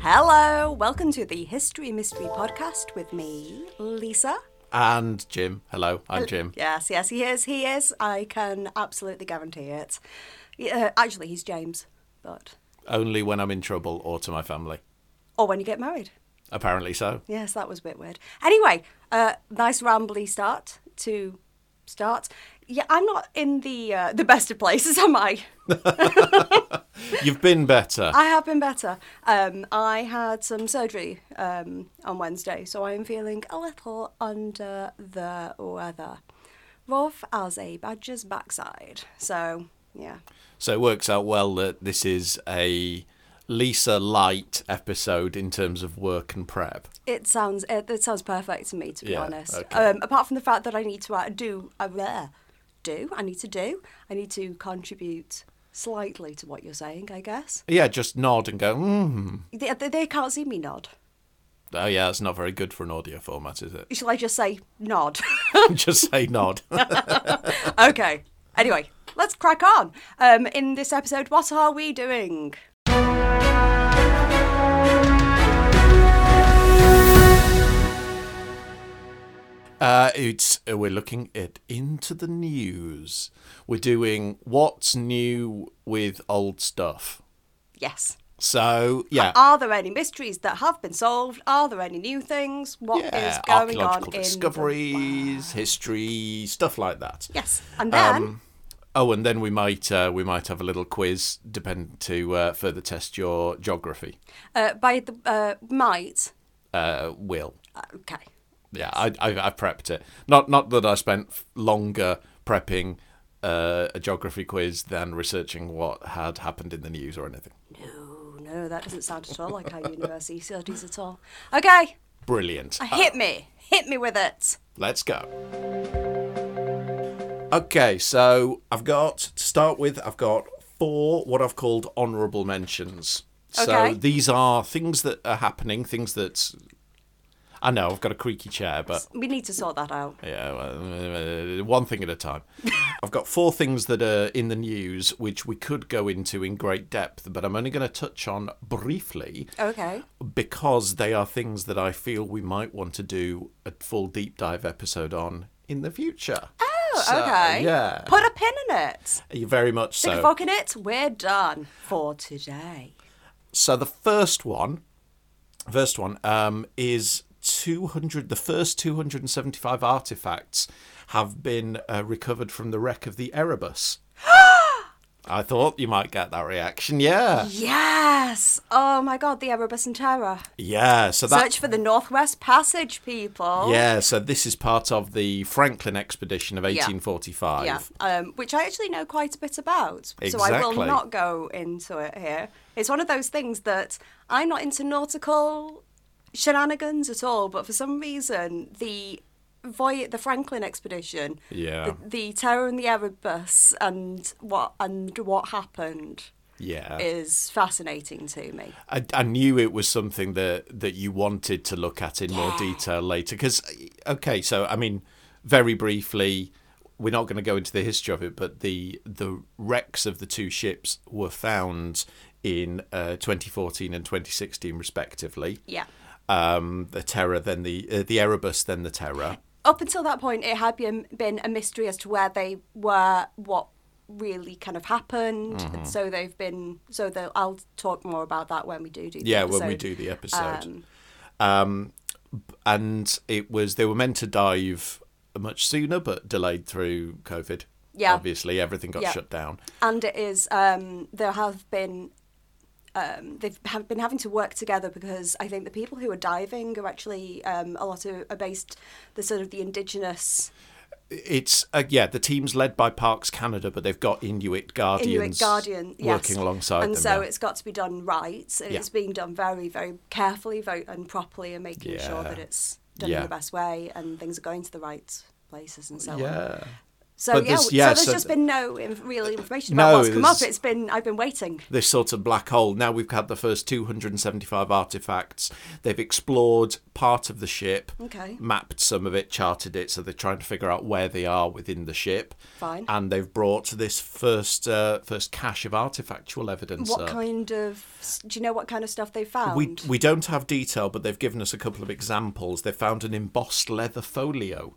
Hello, welcome to the History Mystery Podcast with me, Lisa. And Jim. Hello, I'm Jim. Yes, yes, he is, he is. I can absolutely guarantee it. Yeah, uh, actually, he's James, but. Only when I'm in trouble or to my family. Or when you get married. Apparently so. Yes, that was a bit weird. Anyway, uh, nice rambly start to start. Yeah, I'm not in the uh, the best of places, am I? You've been better. I have been better. Um, I had some surgery um, on Wednesday, so I'm feeling a little under the weather. Rough as a badger's backside. So, yeah. So it works out well that this is a Lisa Light episode in terms of work and prep. It sounds it, it sounds perfect to me, to be Yeah, honest. okay. Um, apart from the fact that I need to uh, do, uh, bleh, do, I need to do, I need to contribute slightly to what you're saying, I guess. Yeah, just nod and go, mm. They, they, they can't see me nod. Oh, yeah, that's not very good for an audio format, is it? Shall I just say nod? just say nod. okay. Anyway, let's crack on. Um, in this episode, what are we doing? Uh, it's uh, we're looking at into the news. We're doing what's new with old stuff. Yes. So yeah, Are there any mysteries that have been solved? Are there any new things? What is yeah, going on archaeological in the- discoveries, history, stuff like that. Yes. And then Oh, and then we might uh, we might have a little quiz, depend to uh, further test your geography. uh, by the uh, might. Uh, will uh, Okay. yeah, I, I I prepped it. Not not that I spent f- longer prepping uh, a geography quiz than researching what had happened in the news or anything. No, no, that doesn't sound at all like our university studies at all. Okay. uh, Brilliant. Hit me. Hit me with it. Let's go. Okay, so I've got to start with, I've got four what I've called honourable mentions. Okay. So these are things that are happening, things that. I know, I've got a creaky chair, but We need to sort that out. yeah, well, uh, one thing at a time. I've got four things that are in the news, which we could go into in great depth, but I'm only going to touch on briefly Okay. because they are things that I feel we might want to do a full deep dive episode on in the future. Oh, So, okay. Yeah. Put a pin in it. You very much Stick a so. fork in it. We're done for today. So the first one, first one um, is 200. The first 275 artifacts have been uh, recovered from the wreck of the Erebus. I thought you might get that reaction. Yeah. Yes. Oh my God, the Erebus and Terror. Yeah. So that Search for the Northwest Passage, people. Yeah, so this is part of the Franklin expedition of 1845. Yeah, um, which I actually know quite a bit about, so I will Exactly. not go into it here. It's one of those things that I'm not into nautical shenanigans at all, but for some reason the voy- the Franklin expedition, Yeah. the, the Terror and the Erebus, and what and what happened Yeah. is fascinating to me. I, I knew it was something that that you wanted to look at in more detail later because okay so i mean very briefly we're not going to go into the history of it but the the wrecks of the two ships were found in uh, 2014 and 2016 respectively Yeah. um the terror then the uh, the erebus then the terror up until that point, it had been, been a mystery as to where they were, what really kind of happened. Mm-hmm. So they've been. So the, I'll talk more about that when we do do. The yeah when we episode. do the episode um, and it was they were meant to dive much sooner but delayed through covid Yeah. obviously everything got Yeah. shut down And it is. Um, there have been. Um, they've have been having to work together because I think the people who are diving are actually um, a lot of are based the sort of the indigenous it's uh, yeah the team's led by parks canada but they've got inuit guardians Inuit Guardian yes. working alongside and them so yeah. it's got to be done right. And Yeah. It's being done very, very carefully, very and properly, and making sure Yeah. that it's done in Yeah. the best way and things are going to the right places and so on. yeah So But yeah, there's- so yeah, there's so- just been no inf- real information No, about what's come up. there's- It's been I've been waiting. this sort of black hole. Now we've had the first 275 artifacts. They've explored part of the ship, Okay. mapped some of it, charted it, so they're trying to figure out where they are within the ship. Fine. And they've brought this first uh, first cache of artifactual evidence. What up. kind of do you know what kind of stuff they found? uh, We we don't have detail, but they've given us a couple of examples. They found an embossed leather folio,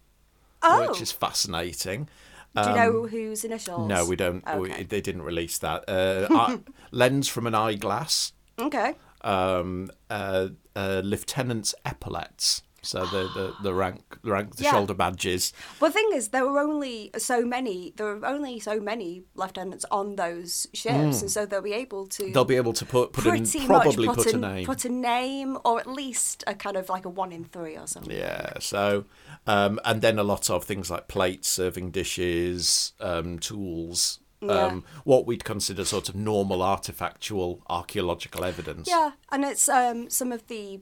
Oh. which is fascinating. Um, do you know whose initials? No, we don't. we- Okay. they didn't release that. Uh, eye- lens from an eyeglass. Okay. um, uh, uh, lieutenant's epaulets. So the, the, the rank, the rank, the Yeah. shoulder badges. Well, the thing is, there were only so many. There were only so many lieutenants on those ships, and so they'll be able to. Mm. They'll be able to put, put in, pretty probably much put, put, a an- name. put a name, or at least a kind of like a one in three or something. yeah. So, um, and then a lot of things like plates, serving dishes, um, tools. Um, what we'd consider sort of normal artifactual archaeological evidence. Yeah, and it's um, some of the.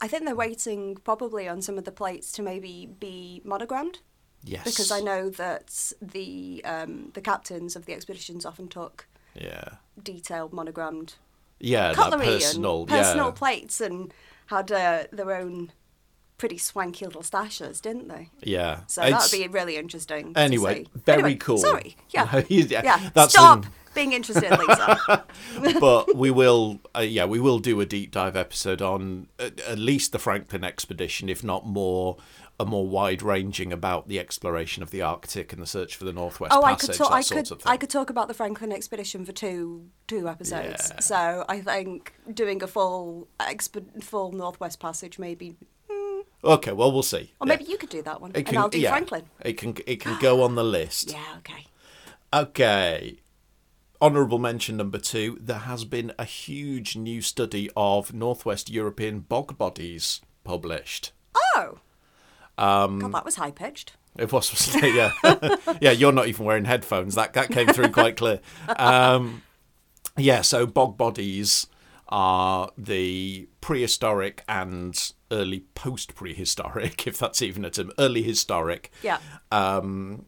I think they're waiting probably on some of the plates to maybe be monogrammed Yes. because I know that the um, the captains of the expeditions often took Yeah. detailed monogrammed Yeah. cutlery that personal. and personal yeah. plates and had uh, their own pretty swanky little stashes, didn't they? yeah. So It's- that would be really interesting. to Anyway, see. very Anyway, cool. Sorry, yeah, No, you- yeah, yeah. that's Stop in- being interested, Lisa. but we will, uh, yeah, we will do a deep dive episode on uh, at, at least the Franklin expedition, if not more, a more wide ranging about the exploration of the Arctic and the search for the Northwest oh, I could Passage. talk. that I sort could. of thing. I could talk about the Franklin expedition for two two episodes. Yeah. So I think doing a full exp- full Northwest Passage maybe, Okay, well, we'll see. or Yeah. maybe you could do that one, It and I'll do yeah, Franklin. It can it can go on the list. Yeah. Okay. Okay. Honourable mention number two: there has been a huge new study of Northwest European bog bodies published. Oh. Um, God, that was high pitched. It was, wasn't it? Yeah. yeah, you're not even wearing headphones. That that came through quite clear. Um, yeah, so bog bodies are the prehistoric and early post prehistoric, if that's even a term, early historic Yeah. um,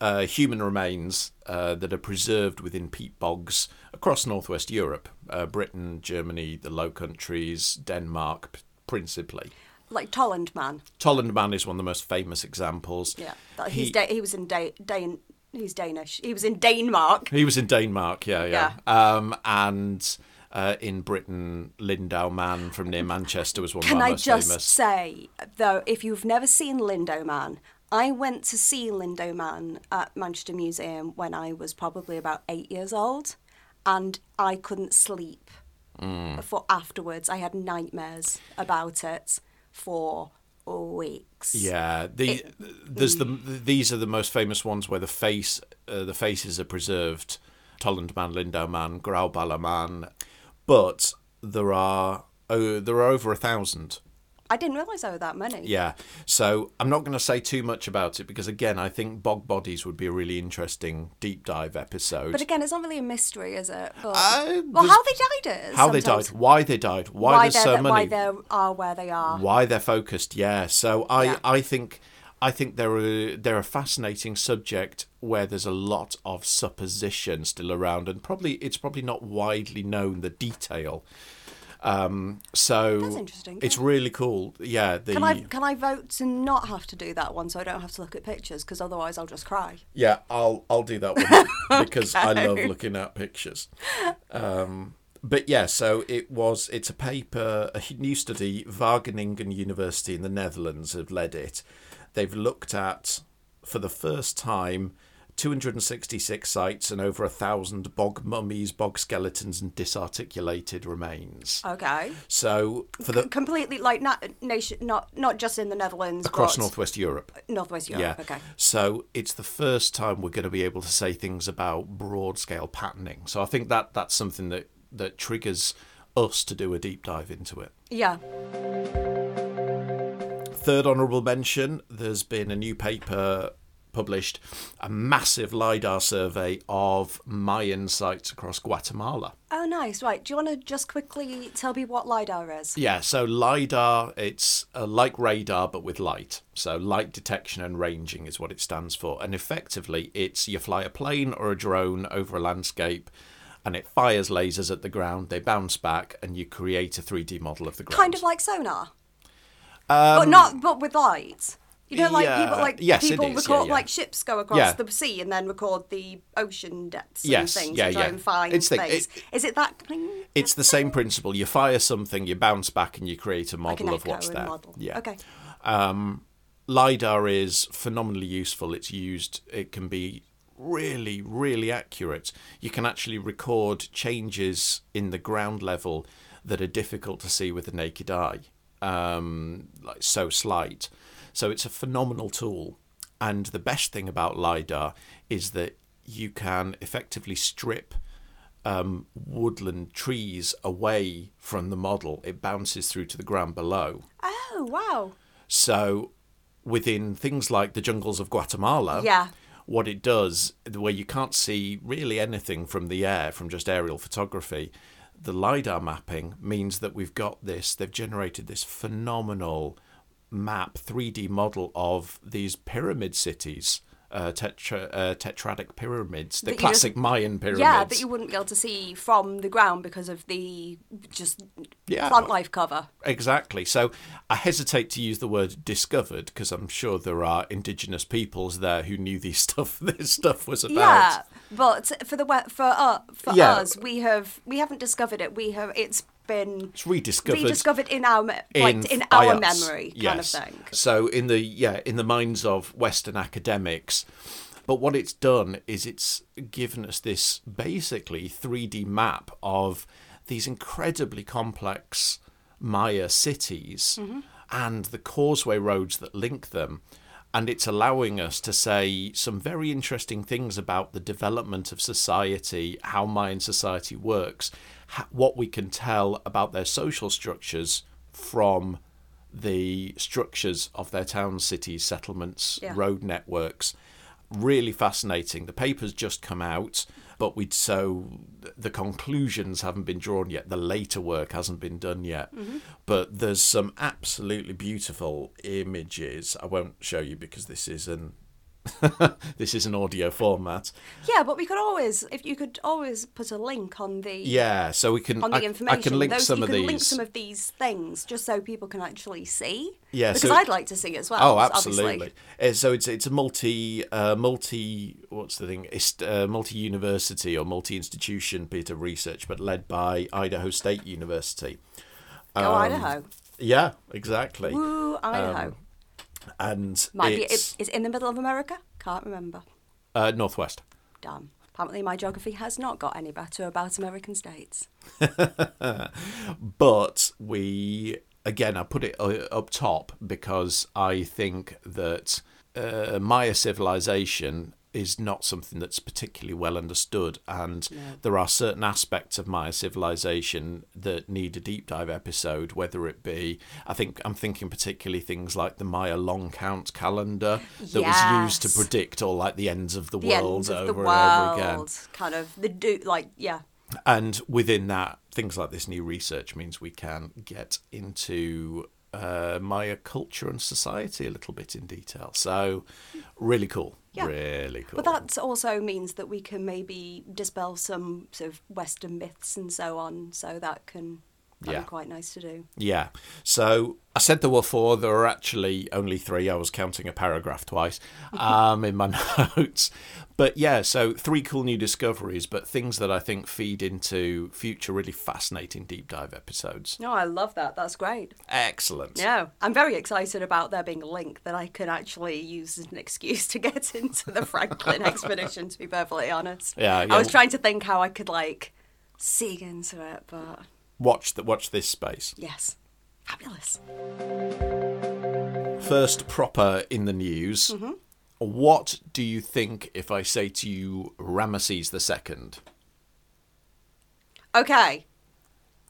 uh, human remains uh, that are preserved within peat bogs across northwest Europe, uh, Britain, Germany, the Low Countries, Denmark, p- principally. Like Tolland Man. Tolland Man is one of the most famous examples. Yeah. That he's He- da- he was in da- Dan- he's Danish. He was in Denmark. He was in Denmark, yeah, yeah. Um, and uh, in Britain, Lindau Man from near Manchester was one Can of our I most just famous. say, though, if you've never seen Lindo Man, I went to see Lindo Man at Manchester Museum when I was probably about eight years old, and I couldn't sleep Mm. for afterwards. I had nightmares about it for weeks. Yeah, the, there's the these are the most famous ones where the face uh, the faces are preserved. Tolland Man, Lindau Man, Graubala Man, but there are oh, there are over a thousand. I didn't realise there were that many. Yeah. So I'm not going to say too much about it because again, I think bog bodies would be a really interesting deep dive episode. But again, it's not really a mystery, is it? But, Uh, well, there's- how they died is how sometimes- they died, why they died, why, why, there's they're so the- many, why they are where they are. why they're focused. Yeah. So I Yeah. I think I think they're a, they're a fascinating subject where there's a lot of supposition still around, and probably it's probably not widely known the detail. Um, so That's interesting, It's yeah. really cool. Yeah. The, Can I can I vote to not have to do that one, so I don't have to look at pictures? Because otherwise, I'll just cry. Yeah, I'll I'll do that one because I love looking at pictures. Um, but yeah, so it was it's a paper, a new study. Wageningen University in the Netherlands have led it. They've looked at for the first time. 266 sites and over a thousand bog mummies, bog skeletons, and disarticulated remains. Okay. So, for the Completely like not nation, not not just in the Netherlands, across but northwest Europe, northwest Europe. Yeah. Okay. So it's the first time we're going to be able to say things about broad scale patterning. So I think that that's something that that triggers us to do a deep dive into it. Yeah. Third honourable mention: there's been a new paper published a massive LIDAR survey of Mayan sites across Guatemala. Oh, nice. Right. Do you want to just quickly tell me what LiDAR is? Yeah, so LIDAR, it's uh, like radar but with light. So, light detection and ranging is what it stands for. And effectively, it's you fly a plane or a drone over a landscape and it fires lasers at the ground, they bounce back, and you create a 3D model of the ground. Kind of like sonar. but not, but with lights. You know, like Um, yeah, people, like yes, it people is, yeah, record, yeah. like ships go across Yeah. the sea and then record the ocean depths Yes, and things yeah, to try yeah. and find It's the- things. it- Is it that? It's the same principle. You fire something, you bounce back, and you create a model an of echo what's and there. model. Yeah. Okay. LiDAR is phenomenally useful. It's used, it can be really, really accurate. You can actually record changes in the ground level that are difficult to see with the naked eye, um, like so slight. So it's a phenomenal tool. And the best thing about LiDAR is that you can effectively strip um, woodland trees away from the model. It bounces through to the ground below. Oh wow. So, within things like the jungles of Guatemala, Yeah. what it does, where you can't see really anything from the air, from just aerial photography, the LIDAR mapping means that we've got this, they've generated this phenomenal map, 3D model of these pyramid cities. Uh, tetra, uh, tetradic pyramids, the That you just- classic Mayan pyramids. Yeah, that you wouldn't be able to see from the ground because of the just Yeah. plant life cover. Exactly. So I hesitate to use the word discovered because I'm sure there are indigenous peoples there who knew these stuff this stuff was about. Yeah, but for the we- for uh, for Yeah. us, we have we haven't discovered it. We have it's been It's rediscovered. rediscovered in our me- in, like in our IATS. memory kind of Yes. thing. So in the yeah, in the minds of Western academics. But what it's done is it's given us this basically 3D map of these incredibly complex Maya cities and the causeway roads that link them. And it's allowing us to say some very interesting things about the development of society, how Mayan society works, ha- what we can tell about their social structures from the structures of their towns, cities, settlements, Yeah. road networks. Really fascinating. The paper's just come out, but we'd so the conclusions haven't been drawn yet. The later work hasn't been done yet. Mm-hmm. But there's some absolutely beautiful images. I won't show you because this is an this is an audio format. Yeah, but we could always if you could always put a link on the Yeah, so we can on the I, information. I can link Those, some you of can these. link some of these things just so people can actually see. Yeah, because so- I'd like to see as well. Oh, obviously. absolutely. Uh, So it's it's a multi uh, multi what's the thing? Ist- uh, multi university or multi institution bit of research, but led by Idaho State University. Go Um, Idaho. Yeah, exactly. Woo, Idaho. And Might be Um, it's it, it's in the middle of America. Can't remember. uh, northwest. Damn. Apparently, my geography has not got any better about American states. but we again I put it uh, up top because I think that uh, Maya civilization is not something that's particularly well understood, and there are certain aspects of Maya civilization that need a deep dive episode. Whether it be, I think I'm thinking particularly things like the Maya long count calendar that was used to Yes. predict all like the ends of the, The world end of over the world, and over again kind of the do like yeah. and within that things like this new research means we can get into uh, Maya culture and society a little bit in detail. So, really cool. Yeah. Really cool. But that also means that we can maybe dispel some sort of Western myths and so on. So that can that'd Yeah. be quite nice to do. Yeah. So I said there were four. There are actually only three. I was counting a paragraph twice um, in my notes. But yeah, so three cool new discoveries, but things that I think feed into future really fascinating deep dive episodes. No, Oh, I love that. That's great. Excellent. Yeah, I'm very excited about there being a link that I can actually use as an excuse to get into the Franklin expedition. To be perfectly honest, Yeah, yeah. I was trying to think how I could like see into it, but Watch the, watch this space. yes, fabulous. First proper in the news. Mm-hmm. What do you think if I say to you Ramesses the Second? Okay,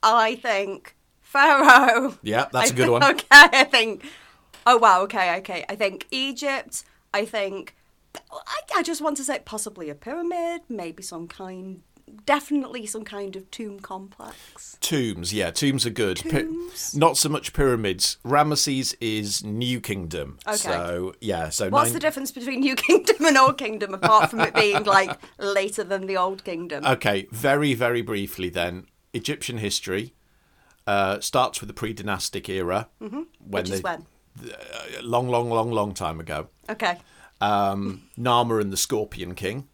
I think Pharaoh. Yeah, that's I a good one. think- Okay, I think. Oh wow. Okay, okay. I think Egypt. I think I, I just want to say possibly a pyramid, maybe some kind, definitely some kind of tomb complex. Tombs, yeah, tombs are good. Py- Tombs? not so much pyramids. Ramesses is New Kingdom. Okay. So yeah, so What's nine- the difference between New Kingdom and Old Kingdom apart from it being like later than the Old Kingdom? Okay, very very briefly then. Egyptian history uh, starts with the pre-dynastic era, mm-hmm. when Which is when? the- long, long, long, long time ago. Okay. um, Nama and the Scorpion King.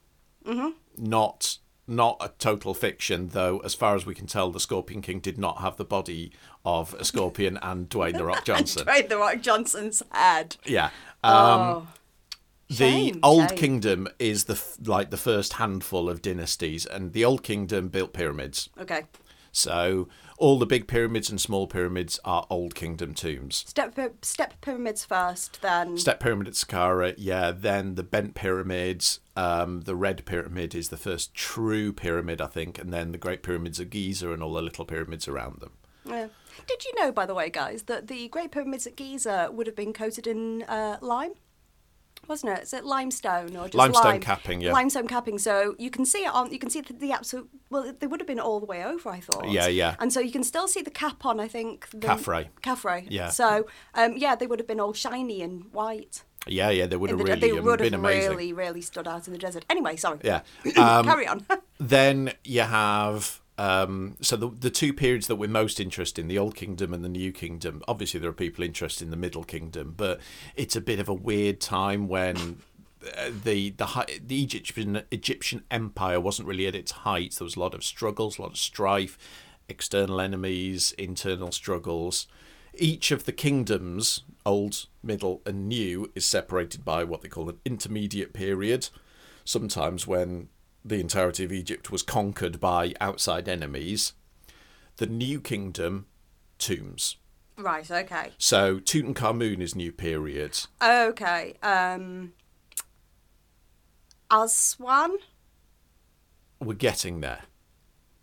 Mm-hmm. Not not a total fiction, though. As far as we can tell, the Scorpion King did not have the body of a scorpion and Dwayne the Rock Johnson. Trade the Rock Johnson's head. Yeah. um, Oh. the Shame, Old shame. Kingdom is the f- like the first handful of dynasties, and the Old Kingdom built pyramids. Okay. So all the big pyramids and small pyramids are Old Kingdom tombs. Step py- step pyramids first, then Step pyramid at Saqqara, yeah. Then the bent pyramids. Um, the red pyramid is the first true pyramid, I think, and then the great pyramids of Giza and all the little pyramids around them. Yeah. Did you know, by the way, guys, that the Great Pyramids at Giza would have been coated in uh, lime? Wasn't it? Is it limestone or just Limestone lime? capping, yeah. Limestone capping. So you can see it on. You can see the, the absolute. Well, they would have been all the way over, I thought. Yeah, yeah. And so you can still see the cap on. I think the, Caffrey. Caffrey. Yeah. So um, yeah, they would have been all shiny and white. Yeah, yeah, they would in have the de- really they um, would have been amazing. really, really stood out in the desert. Anyway, sorry. Yeah. Um, Carry on. Then you have um, so the the two periods that we're most interested in, the Old Kingdom and the New Kingdom. Obviously, there are people interested in the Middle Kingdom, but it's a bit of a weird time when. uh, The the hi- the Egyptian Egyptian Empire wasn't really at its height. There was a lot of struggles, a lot of strife, external enemies, internal struggles. Each of the kingdoms, old, middle, and new, is separated by what they call an intermediate period sometimes when the entirety of Egypt was conquered by outside enemies, the New Kingdom tombs. right. Okay. So Tutankhamun is new period. Okay. Um, Aswan We're getting there.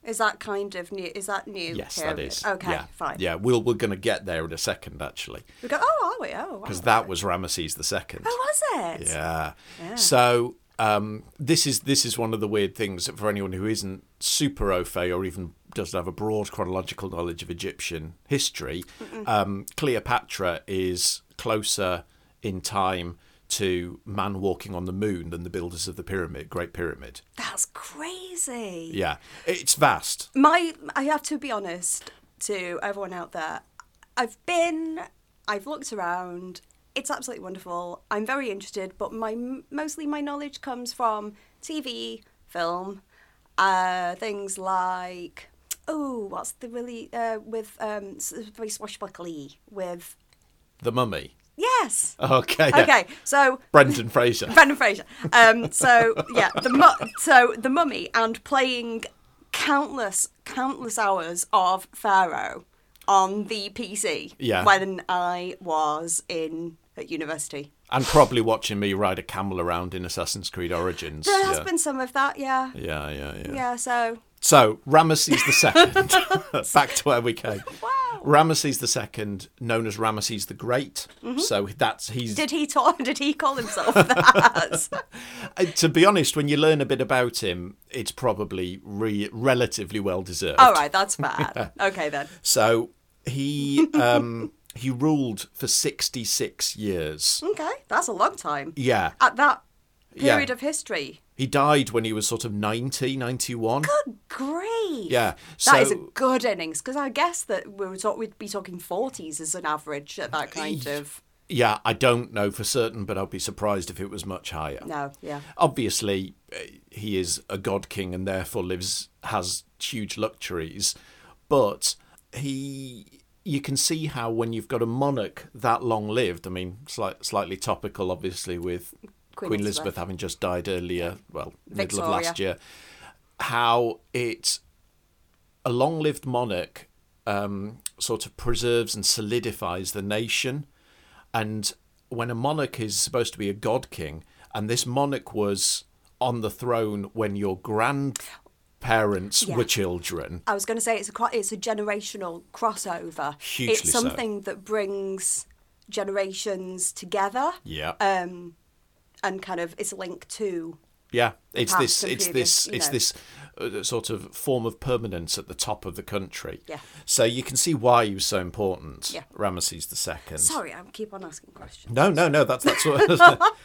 is that kind of new? Is that new? Yes, period? that is. Okay, yeah. fine. Yeah, we'll, we're going to get there in a second, actually, We go. Oh, are we? Oh, wow. because that was Ramesses the second. Oh, was it? Yeah. So um, this is this is one of the weird things that for anyone who isn't super au fait or even doesn't have a broad chronological knowledge of Egyptian history. Um, Cleopatra is closer in time to man walking on the moon than the builders of the pyramid, Great Pyramid. That's crazy. Yeah, it's vast. My, I have to be honest to everyone out there. I've been, I've looked around. It's absolutely wonderful. I'm very interested, but my mostly my knowledge comes from TV, film, uh, things like oh, what's the really uh, with um, s- very swashbuckly with The Mummy. yes. Okay. Oh, yeah. Okay, so Brendan Fraser. Brendan Fraser. Um, so yeah, the mu- so the mummy and playing countless countless hours of Pharaoh on the PC Yeah. when I was in at university. And probably watching me ride a camel around in Assassin's Creed Origins. There yeah. has been some of that, yeah. yeah. yeah, yeah, yeah. so So Ramesses the second. Back to where we came. Wow. Ramesses the second, known as Ramesses the Great. So that's he's. Mm-hmm. did he talk, did he call himself that? uh, to be honest, when you learn a bit about him, it's probably re- relatively well deserved. All right, that's bad. Okay then. So he um, he ruled for sixty six years. Okay, that's a long time. Yeah, At that Yeah. period of history. he died when he was sort of 90, 91. Good grief. Yeah, so That is a good innings because I guess that we were talk- we'd be talking 40s as an average at that kind of. yeah, I don't know for certain, but I'd be surprised if it was much higher. No, yeah. obviously uh, he is a god king and therefore lives has huge luxuries but he you can see how when you've got a monarch that long lived i mean slight, slightly topical obviously with queen, Queen elizabeth. Elizabeth. having just died earlier well middle of Victoria. last year how it a long-lived monarch um, sort of preserves and solidifies the nation. And when a monarch is supposed to be a god king, and this monarch was on the throne when your grandparents Yeah. were children, I was going to say it's a cro- it's a generational crossover. Hugely it's so. something that brings generations together. yeah, Um, and kind of is linked to Yeah, it's this, past and it's previous, this, you it's know. this uh, sort of form of permanence at the top of the country. Yeah. So you can see why he was so important. Yeah. Ramesses the second. Sorry, I keep on asking questions. No, no, no. That's that's what.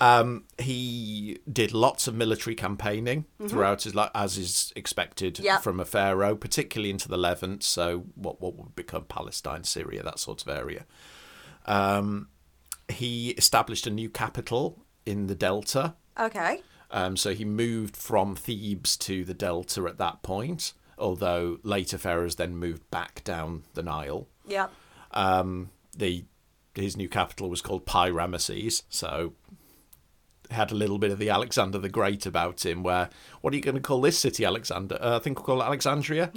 um, he did lots of military campaigning throughout his life, as is expected Yeah. from a pharaoh, particularly into the Levant. So what what would become Palestine, Syria, that sort of area. Um, he established a new capital in the Delta. Okay. Um, so he moved from Thebes to the Delta at that point. Although later pharaohs then moved back down the Nile Yeah. um, the his new capital was called Pi Ramesses, so had a little bit of the Alexander the Great about him. Where what are you going to call this city, Alexander? Uh, I think we'll call it Alexandria.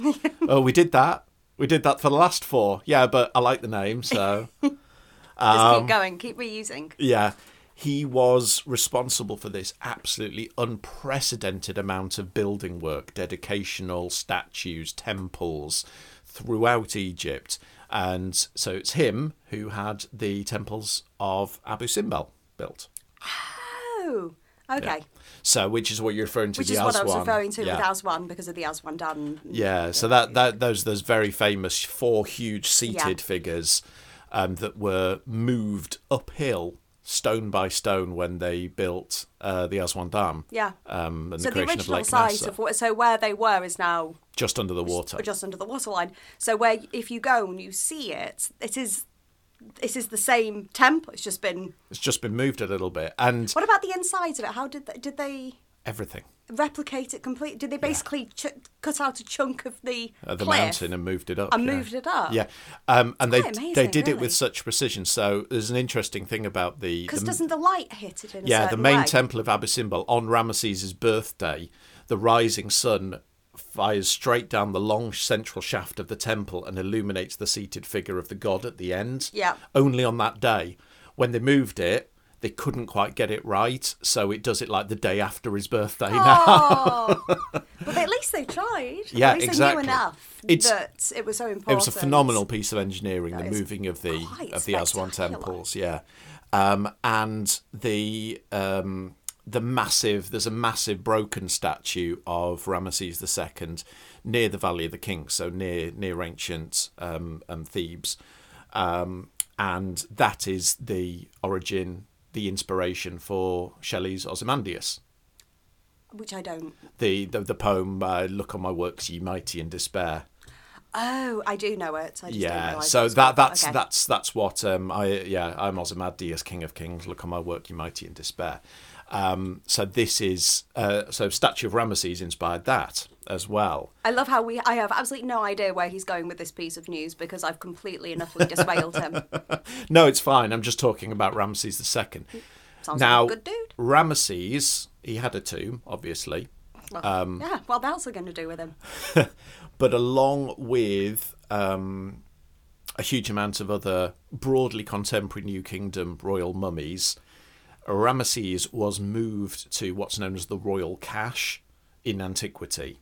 oh, we did that. We did that for the last four. Yeah, but I like the name, so Just Um, keep going. Keep reusing. yeah. He was responsible for this absolutely unprecedented amount of building work, dedicational statues, temples throughout Egypt. And so it's him who had the temples of Abu Simbel built. Oh. Okay. So, which is what you're referring to Which the is what I was Aswan. referring to yeah. with Aswan because of the Aswan Dam. Yeah, so that, that those those very famous four huge seated figures um, that were moved uphill stone by stone when they built uh, the Aswan Dam. Yeah. Um, and So the the creation original of Lake site Nasser, of what, so where they were is now just under the water. just under the waterline. So where if you go and you see it, it is it is the same temple. It's just been. It's just been moved a little bit, and What about the insides of it? How did they, did they everything replicate it completely? Did they basically ch- cut out a chunk of the uh, the cliff? mountain and moved it up. and yeah. moved it up? Yeah, um, and they quite amazing, they did it really. with such precision. So there's an interesting thing about the Because the- doesn't the light hit it in a yeah, the certain main way? temple of Abu Simbel on Ramesses' birthday, the rising sun fires straight down the long central shaft of the temple and illuminates the seated figure of the god at the end. Yeah. Only on that day. When they moved it, they couldn't quite get it right, so it does it like the day after his birthday now. Oh, but at least they tried. Yeah, at least exactly. They knew enough It's- that it was so important. It was a phenomenal piece of engineering, the is moving of the quite of the Aswan spectacular. temples, yeah, um, and the um, the massive. There's a massive broken statue of Ramesses II near the Valley of the Kings, so near near ancient um, um, Thebes, um, and that is the origin, the inspiration for Shelley's Ozymandias which I don't. the the, the poem uh, "Look on my works, ye mighty in despair." Oh, I do know it. I just Don't Yeah, realise so it's that called- that's okay. that's that's what um I yeah I'm Ozymandias, King of Kings. Look on my work, you mighty in despair. Um, so this is uh, so statue of Ramesses inspired that as well. I love how we. I have absolutely no idea where he's going with this piece of news because I've completely and utterly diswailed him. No, it's fine. I'm just talking about Ramesses the second. Sounds now, like a good dude. Ramesses he had a tomb, obviously, Well, Um, yeah, what else are going to do with him? but along with um, a huge amount of other broadly contemporary New Kingdom royal mummies, Ramesses was moved to what's known as the royal cache in antiquity.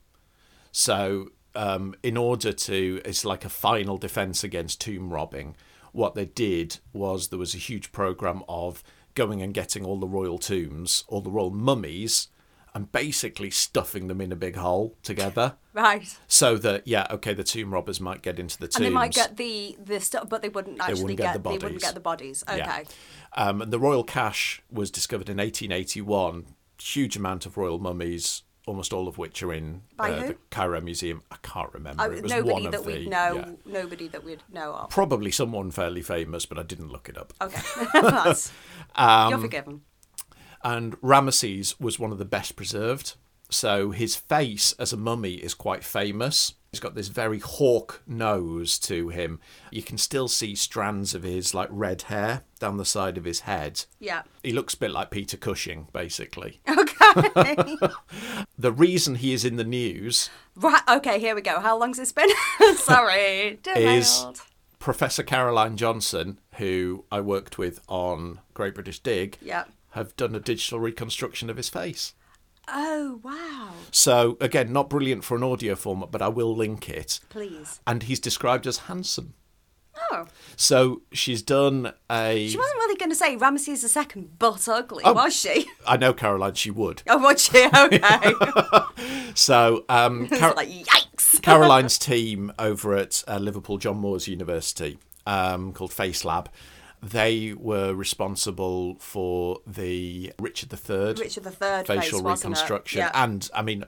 So, um, in order to, it's like a final defense against tomb robbing. What they did was there was a huge program of going and getting all the royal tombs, all the royal mummies, and basically stuffing them in a big hole together Right. so that yeah, okay, the tomb robbers might get into the tombs. And they might get the the stuff, but they wouldn't actually wouldn't get the They wouldn't bodies. get the bodies. Okay. Yeah. Um, and the royal cache was discovered in 1881. Huge amount of royal mummies, almost all of which are in uh, By who? the Cairo Museum. I can't remember. I, it was one nobody of that the, we'd know. yeah. Nobody that we'd know of. Probably someone fairly famous, but I didn't look it up. Okay. That's, Um, you're forgiven. and Ramesses was one of the best preserved. So his face as a mummy is quite famous. He's got this very hawk nose to him. You can still see strands of his like red hair down the side of his head. Yeah. He looks a bit like Peter Cushing, basically. Okay. The reason he is in the news right. Okay. Here we go. How long's this been? Sorry. is Derailed. Professor Caroline Johnson, who I worked with on Great British Dig, Yeah. have done a digital reconstruction of his face. Oh wow. So again, not brilliant for an audio format, but I will link it. Please. And he's described as handsome. Oh, Oh. So she's done a. She wasn't really going to say Ramesses the second, but ugly, Oh. was she? I know Caroline, she would. Oh, was she? Okay. So um, Car- like, yikes. Caroline's team over at uh, Liverpool John Moores University, um, called Face Lab, they were responsible for the Richard III Richard the Third facial face, wasn't it? reconstruction, Yeah. and I mean,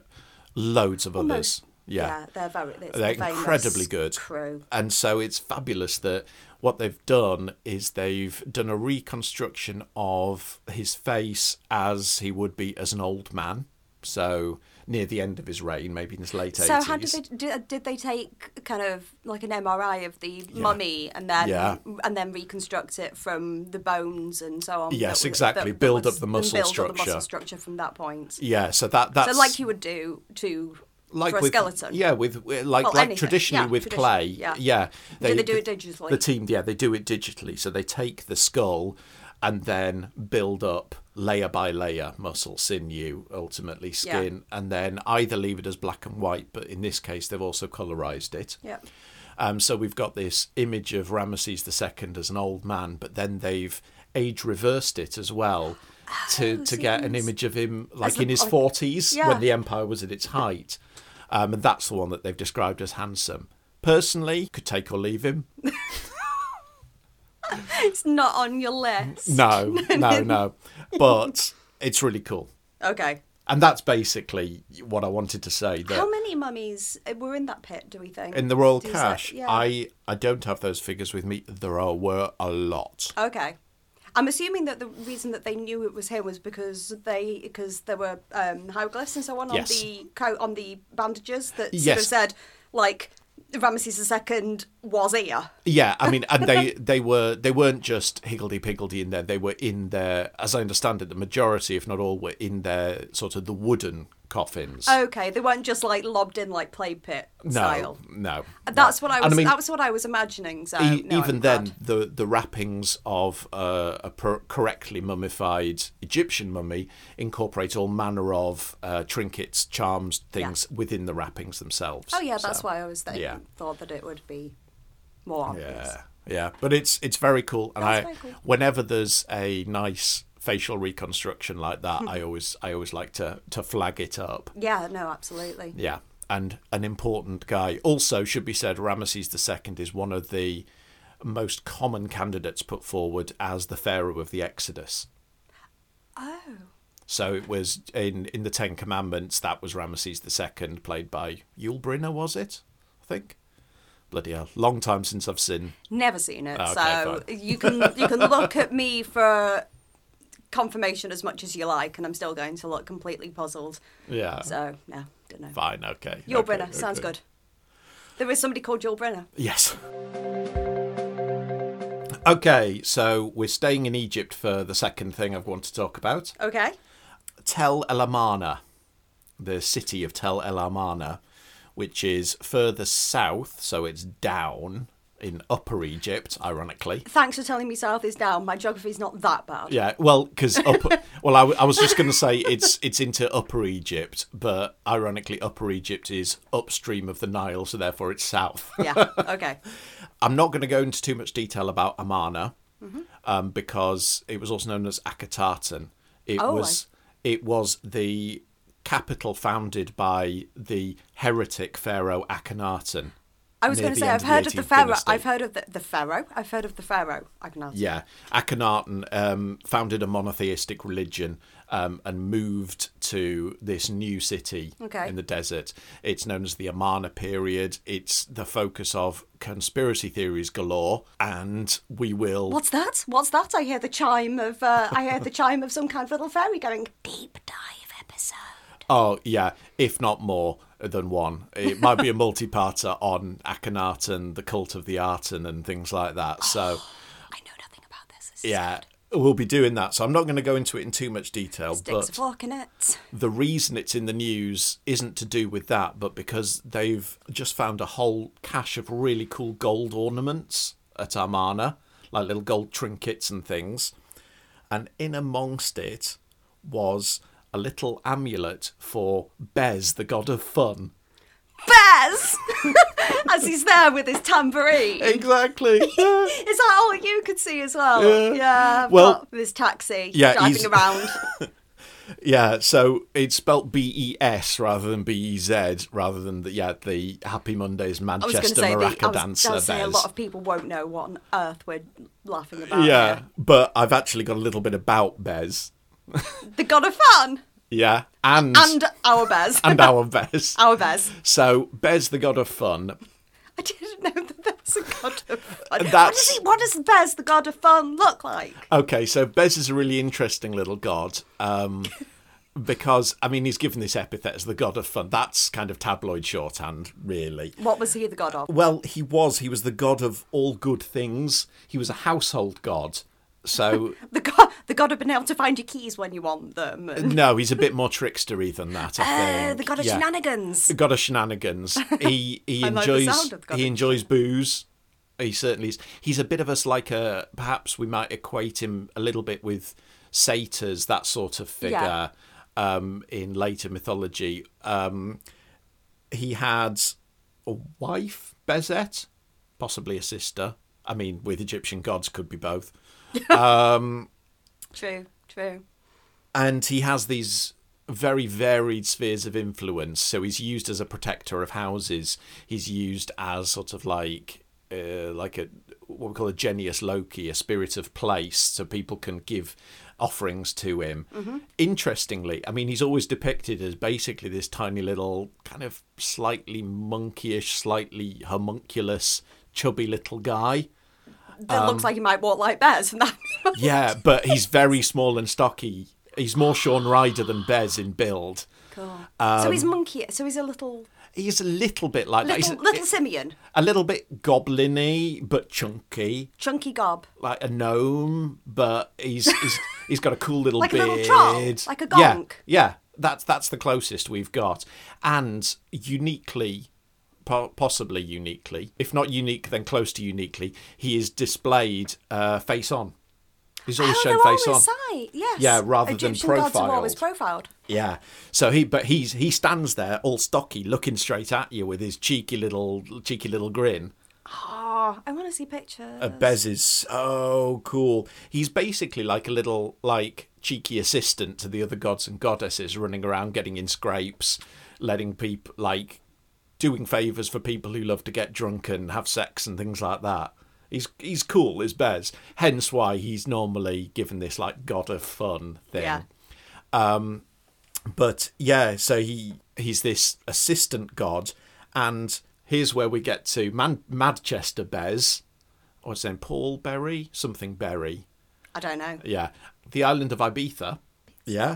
loads of others. Yeah. they're very. It's They're a famous incredibly good. Crew. And so it's fabulous that what they've done is they've done a reconstruction of his face as he would be as an old man. So near the end of his reign, maybe in his late 80s. So how did they did, did they take kind of like an MRI of the mummy and then Yeah. and then reconstruct it from the bones and so on? Yes, that- exactly. that Build was- up the and muscle build Up the structure. muscle structure from that point. Yeah, so that that's So like you would do to like for a with skeleton. yeah with with- like Well, like anything. traditionally Yeah, with tradition- clay yeah. they, they do it digitally? the team yeah they do it digitally so they take the skull and then build up layer by layer muscle sinew ultimately skin and then either leave it as black and white but in this case they've also colorized it Yeah. um, so we've got this image of Ramesses II as an old man, but then they've age reversed it as well Ah, to, to get an image of him like the- in his like- 40s Yeah. when the empire was at its height. Um, and that's the one that they've described as handsome. Personally, could take or leave him. It's not on your list. No, no, no. But it's really cool. Okay. And that's basically what I wanted to say. That How many mummies uh, were in that pit? Do we think in the Royal Does that- Cache, yeah. I, I don't have those figures with me. There are, were a lot. Okay. I'm assuming that the reason that they knew it was him was because they because there were um, hieroglyphs and so on Yes. on the co- on the bandages that sort of Yes. said like Ramesses II was here. Yeah, I mean, and they they were they weren't just higgledy piggledy in there. They were in their, as I understand it, the majority, if not all, were in their sort of the wooden coffins. Okay, they weren't just like lobbed in like clay pit no, style. no, That's no. what I And was. mean, that's what I was imagining. So e- no, even I'm then, glad. the the wrappings of uh, a per- correctly mummified Egyptian mummy incorporate all manner of uh, trinkets, charms, things within the wrappings themselves. Oh yeah, that's So, why I was thinking, yeah. thought that it would be more obvious. Yeah, yeah, but it's it's very cool, and That's I very cool. whenever there's a nice facial reconstruction like that, I always I always like to to flag it up. Yeah, no, absolutely. Yeah, and an important guy also should be said. Ramesses II is one of the most common candidates put forward as the pharaoh of the Exodus. Oh, So it was in in the Ten Commandments that was Ramesses II, played by Yul Brynner, was it? I think. Bloody hell! Long time since I've seen never seen it, Oh, Okay, so you can you can look at me for confirmation as much as you like, and I'm still going to look completely puzzled. Yeah. So no, don't know. Oh. Fine, okay. Yul okay, Brynner sounds okay. good. There is somebody called Yul Brynner. Yes. Okay, so we're staying in Egypt for the second thing I want to talk about. Okay. Tel El Amarna, the city of Tel El Amarna, which is further south, so it's down in Upper Egypt, ironically. Thanks for telling me South is down. My geography's not that bad. Yeah, well, because up, well, I, w- I was just going to say it's it's into Upper Egypt, but ironically, Upper Egypt is upstream of the Nile, so therefore it's south. Yeah. Okay. I'm not going to go into too much detail about Amarna um, because it was also known as Akhetaten. It Oh, I- was it was the capital founded by the heretic pharaoh Akhenaten. I was near going to the say end I've heard of the 18th pharaoh. dynasty. I've heard of the, the pharaoh. I've heard of the pharaoh. I can ask. Yeah, Akhenaten um, founded a monotheistic religion um, and moved to this new city Okay. in the desert. It's known as the Amarna period. It's the focus of conspiracy theories galore, and we will What's that? What's that? I hear the chime of uh, I hear the chime of some kind of little fairy going deep dive episode. Oh yeah, if not more than one. It might be a multi-parter on Akhenaten, the cult of the Aten, and things like that. So I know nothing about this. This yeah, we'll be doing that. So I'm not going to go into it in too much detail, Dicks but flocking it. the reason it's in the news isn't to do with that, but because they've just found a whole cache of really cool gold ornaments at Armana, like little gold trinkets and things. And in amongst it was a little amulet for Bez, the god of fun. Bez! as he's there with his tambourine. exactly. Yeah. Is that all you could see as well? Yeah. Yeah. yeah Well- well, this taxi Yeah, driving he's- around. Yeah, so it's spelt B E S rather than B E Z, rather than the yeah the Happy Mondays I was going to Manchester say, the, I Maraca was gonna dancer. say a there's- lot of people won't know what on earth we're laughing about. yeah, but I've actually got a little bit about Bez. here. the God of Fun Yeah, and and our Bez, and our Bez. our Bez. So Bez, the god of fun. I didn't know that that's a God of Fun. What That's- does, he, what does Bez, the God of Fun, look like? Okay, so Bez is a really interesting little god. Um, because I mean, he's given this epithet as the god of fun. That's kind of tabloid shorthand, really. What was he the God of? Well, he was. He was the god of all good things. He was a household god. So The God, the God of being able to find your keys when you want them. And, no, he's a bit more trickstery than that. I uh, think. the God of Yeah. Shenanigans. The god of shenanigans. He he I like the enjoys sound of the god he of enjoys booze. He certainly is. He's a bit of us like a perhaps we might equate him a little bit with satyrs, that sort of figure Yeah. um, in later mythology. Um, he had a wife, Bezet, possibly a sister. I mean, with Egyptian gods, could be both. True, true. and he has these very varied spheres of influence. So he's used as a protector of houses. He's used as sort of like uh, like a what we call a genius Loki, a spirit of place, so people can give offerings to him. Interestingly, I mean, he's always depicted as basically this tiny little kind of slightly monkeyish, slightly homunculus, chubby little guy. That looks Um, like he might walk like Bez. And that Yeah, but he's very small and stocky. He's more Sean Ryder than Bez in build. so he's monkey. So he's a little He's a little bit like that. little, Um, He's a- little simian, a, little bit goblin-y, but chunky, chunky gob, like a gnome. But he's he's, he's got a cool little Like a beard, little troll, like a Yeah, gonk. yeah. That's that's the closest we've got, and uniquely, po- possibly uniquely, if not unique, then close to uniquely, he is displayed uh, face on. He's always oh, shown they're face on. always side. Yes. Yeah, rather than Egyptian gods are always profiled. Yeah. So he, but he's he stands there all stocky, looking straight at you with his cheeky little cheeky little grin. Oh, I want to see pictures. Uh, Bez is so cool. He's basically like a little like cheeky assistant to the other gods and goddesses, running around getting in scrapes, letting people like doing favors for people who love to get drunk and have sex and things like that. He's he's cool, is Bez. Hence why he's normally given this like god of fun thing. Yeah. Um, but yeah so he he's this assistant god and here's where we get to Man- madchester bez or his name paul berry something berry I don't know. yeah the island of ibiza yeah uh,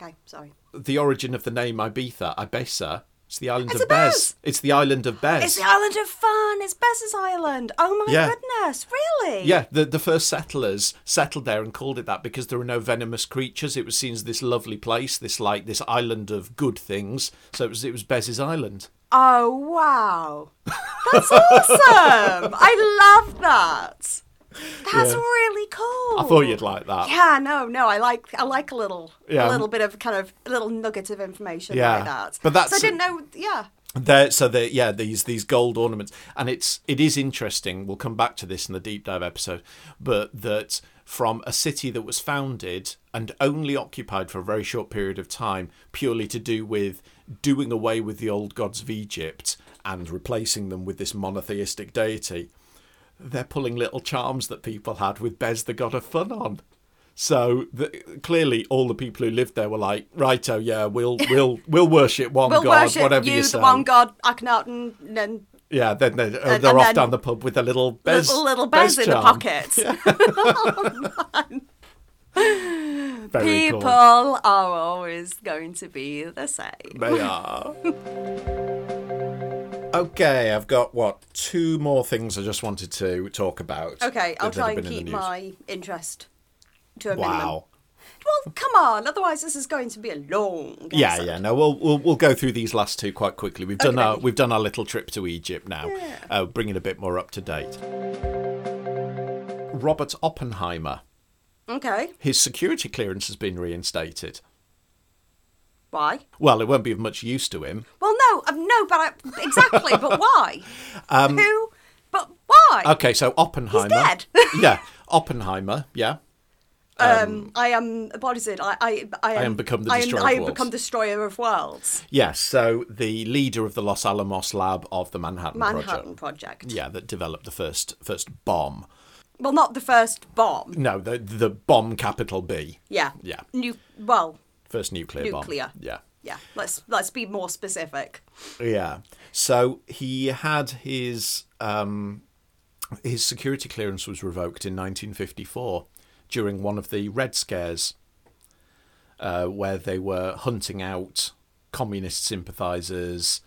Okay, sorry. the origin of the name ibiza ibiza it's the island It's of a bez. Bez! it's the island of bez It's the island of fun. It's Bez's island. Oh my Yeah. goodness, really? yeah, the, the first settlers settled there and called it that because there were no venomous creatures. It was seen as this lovely place, this like this island of good things. So it was it was Bez's island. Oh wow, that's awesome! I love that. That's Yeah. really cool. I thought you'd like that. Yeah, no, no, I like I like a little Uh, Yeah. a little bit of kind of a little nugget of information Yeah. like that. But that's- so I didn't know. Yeah, There, so there, yeah, these these gold ornaments, and it's it is interesting. We'll come back to this in the deep dive episode, but that from a city that was founded and only occupied for a very short period of time, purely to do with doing away with the old gods of Egypt and replacing them with this monotheistic deity, they're pulling little charms that people had with Bez the god of fun on. So the, clearly, all the people who lived there were like, "Righto, yeah, we'll we'll we'll worship one we'll god, worship whatever you, you the say." one God, Akhenaten, and then Yeah, then they're, uh, And- they're and off then- down the pub with a little bez, little little Bez, in the charm. pockets. Very People cool. are always going to be the same. They are. okay, I've got what two more things I just wanted to talk about. Okay, I'll that have try and been in the keep news. my interest to a minimum. Wow. Well, come on. Otherwise, this is going to be a long. Yeah, episode. yeah. No, we'll, we'll we'll go through these last two quite quickly. We've done our Okey-dokey. we've done our little trip to Egypt now, uh, bringing a bit more up to date. Robert Oppenheimer, Okay. his security clearance has been reinstated. Why? Well, it won't be of much use to him. Well, no, um, no, but I, exactly. but why? Um, Who? But why? Okay, so Oppenheimer. dead. yeah, Oppenheimer. Yeah. um, I am. What is it? I, I, I, am, am become the I am- destroyer I of am worlds. become destroyer of worlds. Yes, so the leader of the Los Alamos lab of the Manhattan, Manhattan Project. Project. Yeah, that developed the first first bomb. Well, not the first bomb. No, the the bomb capital B. Yeah. Yeah. Nu- well, First nuclear, Nuclear. bomb. Yeah. yeah. Let's let's be more specific. Yeah. So he had his um his security clearance was revoked in 1954 during one of the Red Scares uh, where they were hunting out communist sympathizers,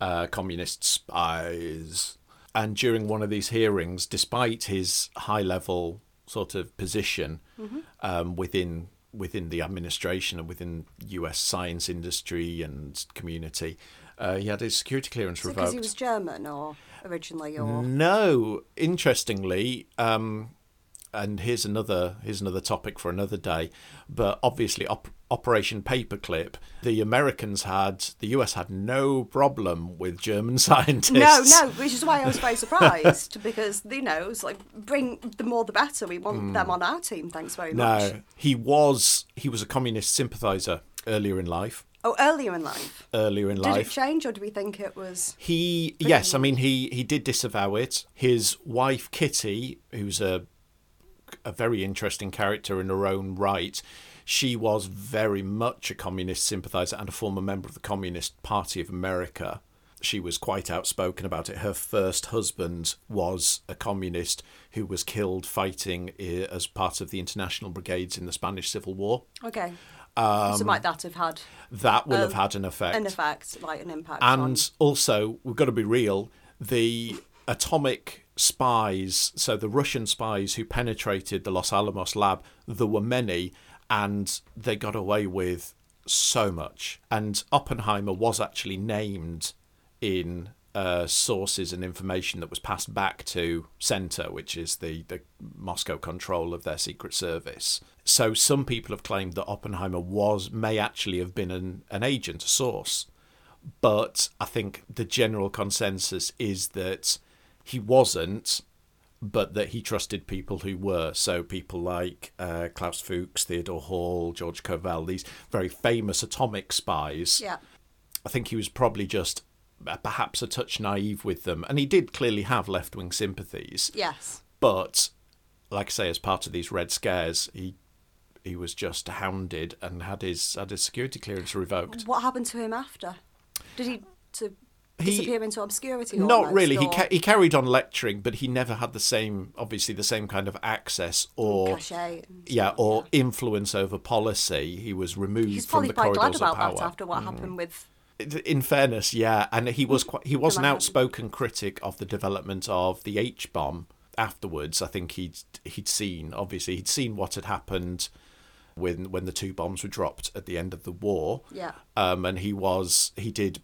uh, communist spies. And during one of these hearings, despite his high level sort of position Mm-hmm. um, within within the administration and within US science industry and community, uh, he had his security clearance Because revoked. he was German or originally or Mm. No, interestingly, um, and here's another here's another topic for another day. But obviously, op- Operation Paperclip, the Americans had the U.S. had no problem with German scientists. No, no, which is why I was very surprised because you know it's like bring the more the better. We want them on our team. Thanks very much. Mm. no. He was he was a communist sympathizer earlier in life. Oh, earlier in life, Earlier in did life, it change or do we think it was? He yes, I mean he he did disavow it. His wife Kitty, who's a a very interesting character in her own right, she was very much a communist sympathizer and a former member of the Communist Party of America. She was quite outspoken about it. Her first husband was a communist who was killed fighting eh, as part of the international brigades in the Spanish Civil War. Okay, Um, so might that have had That will have had an effect. an effect, like an impact? on- And also, we've got to be real the atomic spies, so the Russian spies who penetrated the Los Alamos lab, there were many, and they got away with so much. And Oppenheimer was actually named in. Uh, sources and information that was passed back to Center, which is the, the Moscow control of their secret service. So some people have claimed that Oppenheimer was may actually have been an, an agent, a source but I think the general consensus is that he wasn't, but that he trusted people who were. So people like uh, Klaus Fuchs, Theodore Hall, George Covell, these very famous atomic spies. yeah, I think he was probably just uh, perhaps a touch naive with them, and he did clearly have left wing sympathies. yes, But like I say, as part of these red scares, he he was just hounded and had his had his security clearance revoked. what happened to him after? Did he to He- disappear into obscurity? Not almost, really. He or ca- he carried on lecturing, but he never had the same, obviously, the same kind of access or cachet. and- yeah, or influence over policy. He was removed He's from probably the quite corridors glad of about power. Mm. that after what happened with. In fairness, yeah, and he was quite, he was an Manhattan. outspoken critic of the development of the H bomb. Afterwards, I think he'd he'd seen obviously he'd seen what had happened when when the two bombs were dropped at the end of the war. Yeah. Um, and he was he did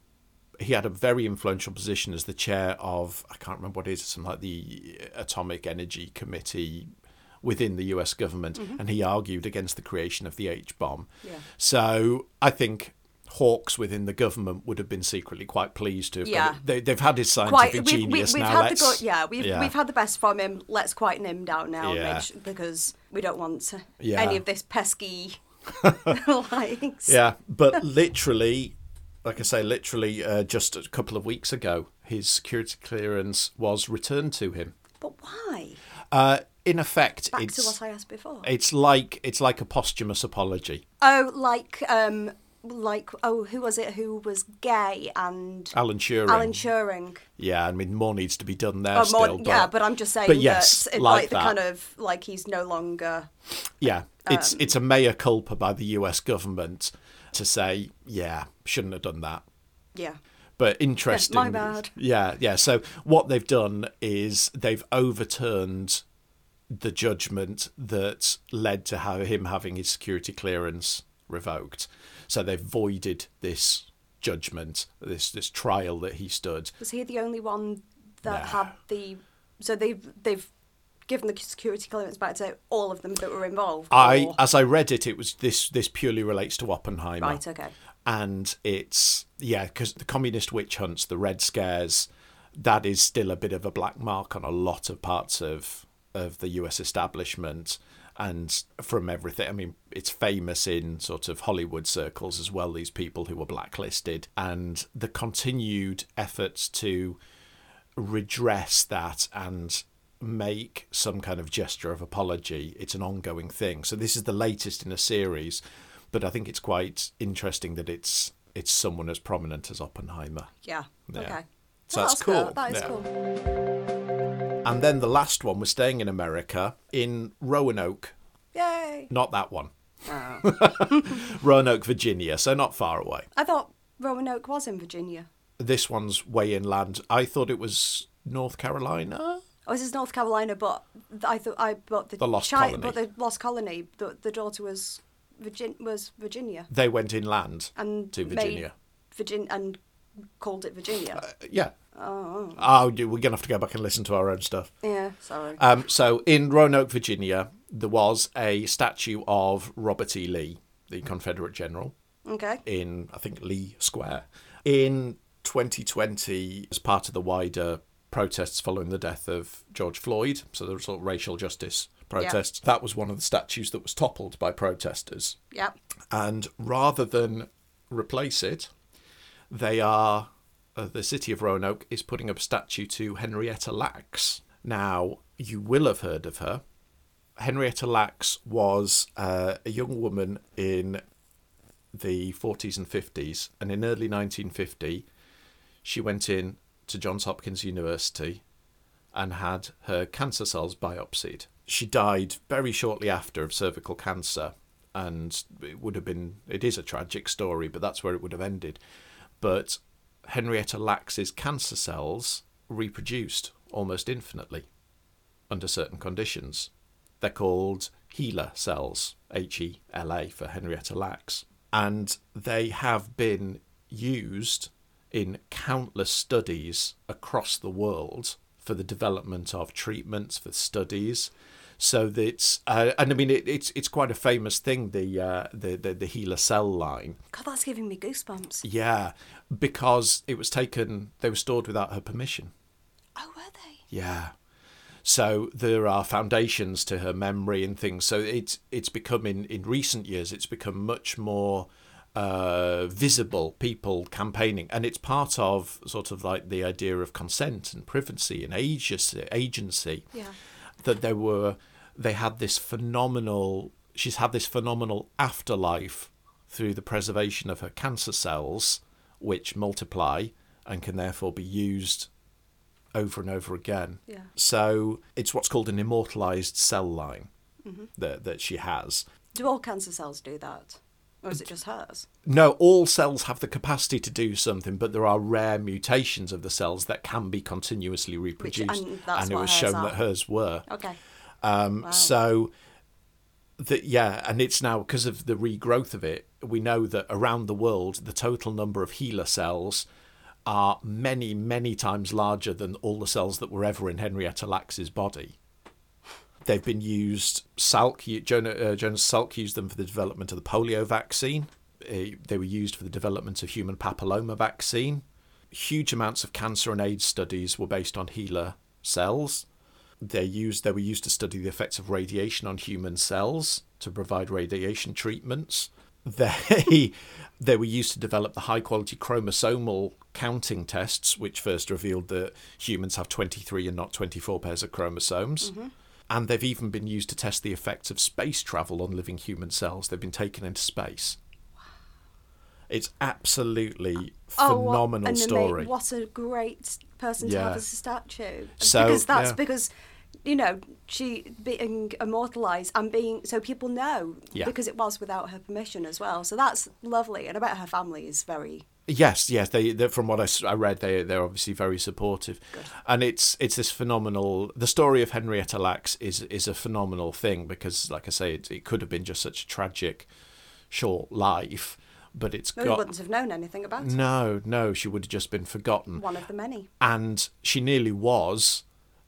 he had a very influential position as the chair of I can't remember what it is something like the Atomic Energy Committee within the U.S. government, and he argued against the creation of the H bomb. Mm-hmm. Yeah. So I think hawks within the government would have been secretly quite pleased to have got Yeah. it. they, they've had his scientific Quite, we've, we- genius we've now. had the Let's- good, yeah, we've yeah. we've had the best from him. Let's quieten him down now, Yeah. Mitch, because we don't want to- Yeah. any of this pesky likes. Yeah, but literally, like I say, literally uh, just a couple of weeks ago, his security clearance was returned to him. But why? Uh, in effect, Back it's to what I asked before. it's like it's like a posthumous apology. Oh, like um, like oh, who was it? Who was gay and Alan Turing. Alan Turing? yeah, I mean, more needs to be done there Oh, still. more- yeah, but I'm just saying but yes, that it- like like, the that. kind of like he's no longer. Yeah, um, it's it's a mea culpa by the U.S. government to say, yeah, shouldn't have done that. Yeah. But interesting. bad. Yeah, yeah. So what they've done is they've overturned the judgment that led to how him having his security clearance revoked. So they've voided this judgment, this this trial that he stood. Was he the only one that No. had the? So they've they've given the security clearance back to all of them that were involved? I or- as I read it, it was this. This purely relates to Oppenheimer, Right, okay. And it's yeah, because the communist witch hunts, the Red Scares, that is still a bit of a black mark on a lot of parts of of the U.S. establishment, and from everything. I mean, it's famous in sort of Hollywood circles as well. These people who were blacklisted, and the continued efforts to redress that and make some kind of gesture of apology. It's an ongoing thing. So this is the latest in a series, but I think it's quite interesting that it's it's someone as prominent as Oppenheimer. yeah. Yeah. Okay. So Well, that's cool. good. That is Yeah. cool. And then the last one, we're staying in America in Roanoke, Yay. not that one. Roanoke, Virginia, so not far away. I thought Roanoke was in Virginia. This one's way inland. I thought it was North Carolina. Oh, this is North Carolina, but th- I thought I but the, The Lost chi- Colony. but the lost colony. The, the daughter was Virgin was Virginia They went inland and to made Virginia. Uh, Virgin and called it Virginia. Yeah. Oh. oh, we're going to have to go back and listen to our own stuff. yeah, sorry. Um, so in Roanoke, Virginia, there was a statue of Robert E. Lee, the Confederate general, okay. in I think Lee Square. In 2020, as part of the wider protests following the death of George Floyd, so the sort of racial justice protests, that was one of the statues that was toppled by protesters. Yep. And rather than replace it, they are, uh, the city of Roanoke is putting up a statue to Henrietta Lacks. Now, you will have heard of her. Henrietta Lacks was uh, a young woman in the 40s and 50s, and in early 1950, she went in to Johns Hopkins University and had her cancer cells biopsied. She died very shortly after of cervical cancer, and it would have been, it is a tragic story, but that's where it would have ended. But Henrietta Lacks' cancer cells reproduced almost infinitely under certain conditions. They're called HeLa cells, H E L A for Henrietta Lacks. And they have been used in countless studies across the world for the development of treatments, for studies. So that's, uh, and I mean, it, it's it's quite a famous thing, the, uh, the, the, the HeLa cell line. God, that's giving me goosebumps. Yeah, because it was taken, they were stored without her permission. Oh, were they? Yeah. So there are foundations to her memory and things. So it's it's become in, in recent years it's become much more uh, visible. People campaigning, and it's part of sort of like the idea of consent and privacy and agency. Agency. Yeah. That there were they had this phenomenal. She's had this phenomenal afterlife through the preservation of her cancer cells, which multiply and can therefore be used over and over again. Yeah. So it's what's called an immortalized cell line Mm-hmm. that, that she has. Do all cancer cells do that? Or is it just hers? No, all cells have the capacity to do something, but there are rare mutations of the cells that can be continuously reproduced. and that's it what was hers shown are. that hers were. Okay. Um, So, that yeah, and it's now because of the regrowth of it, we know that around the world, the total number of HeLa cells are many, many times larger than all the cells that were ever in Henrietta Lacks' body. They've been used. Salk, u- Jonah, uh, Jonas Salk used them for the development of the polio vaccine. Uh, they were used for the development of human papilloma vaccine. Huge amounts of cancer and AIDS studies were based on HeLa cells. They used. They were used to study the effects of radiation on human cells to provide radiation treatments. They they were used to develop the high quality chromosomal counting tests, which first revealed that humans have 23 and not 24 pairs of chromosomes. And they've even been used to test the effects of space travel on living human cells. They've been taken into space. It's absolutely Oh, phenomenal an ama- story. what a great person to have Yeah. as a statue. So, because that's yeah. because you know she being immortalized and being so people know Yeah. because it was without her permission as well. So that's lovely, and I bet her family is very Yes, yes. They, they from what I, s- I read, they they're obviously very supportive, and it's it's this phenomenal. The story of Henrietta Lacks is is a phenomenal thing because, like I say, it, it could have been just such a tragic, short life, but it's no one got Mm. wouldn't have known anything about her. no, no. She would have just been forgotten one of the many. and she nearly was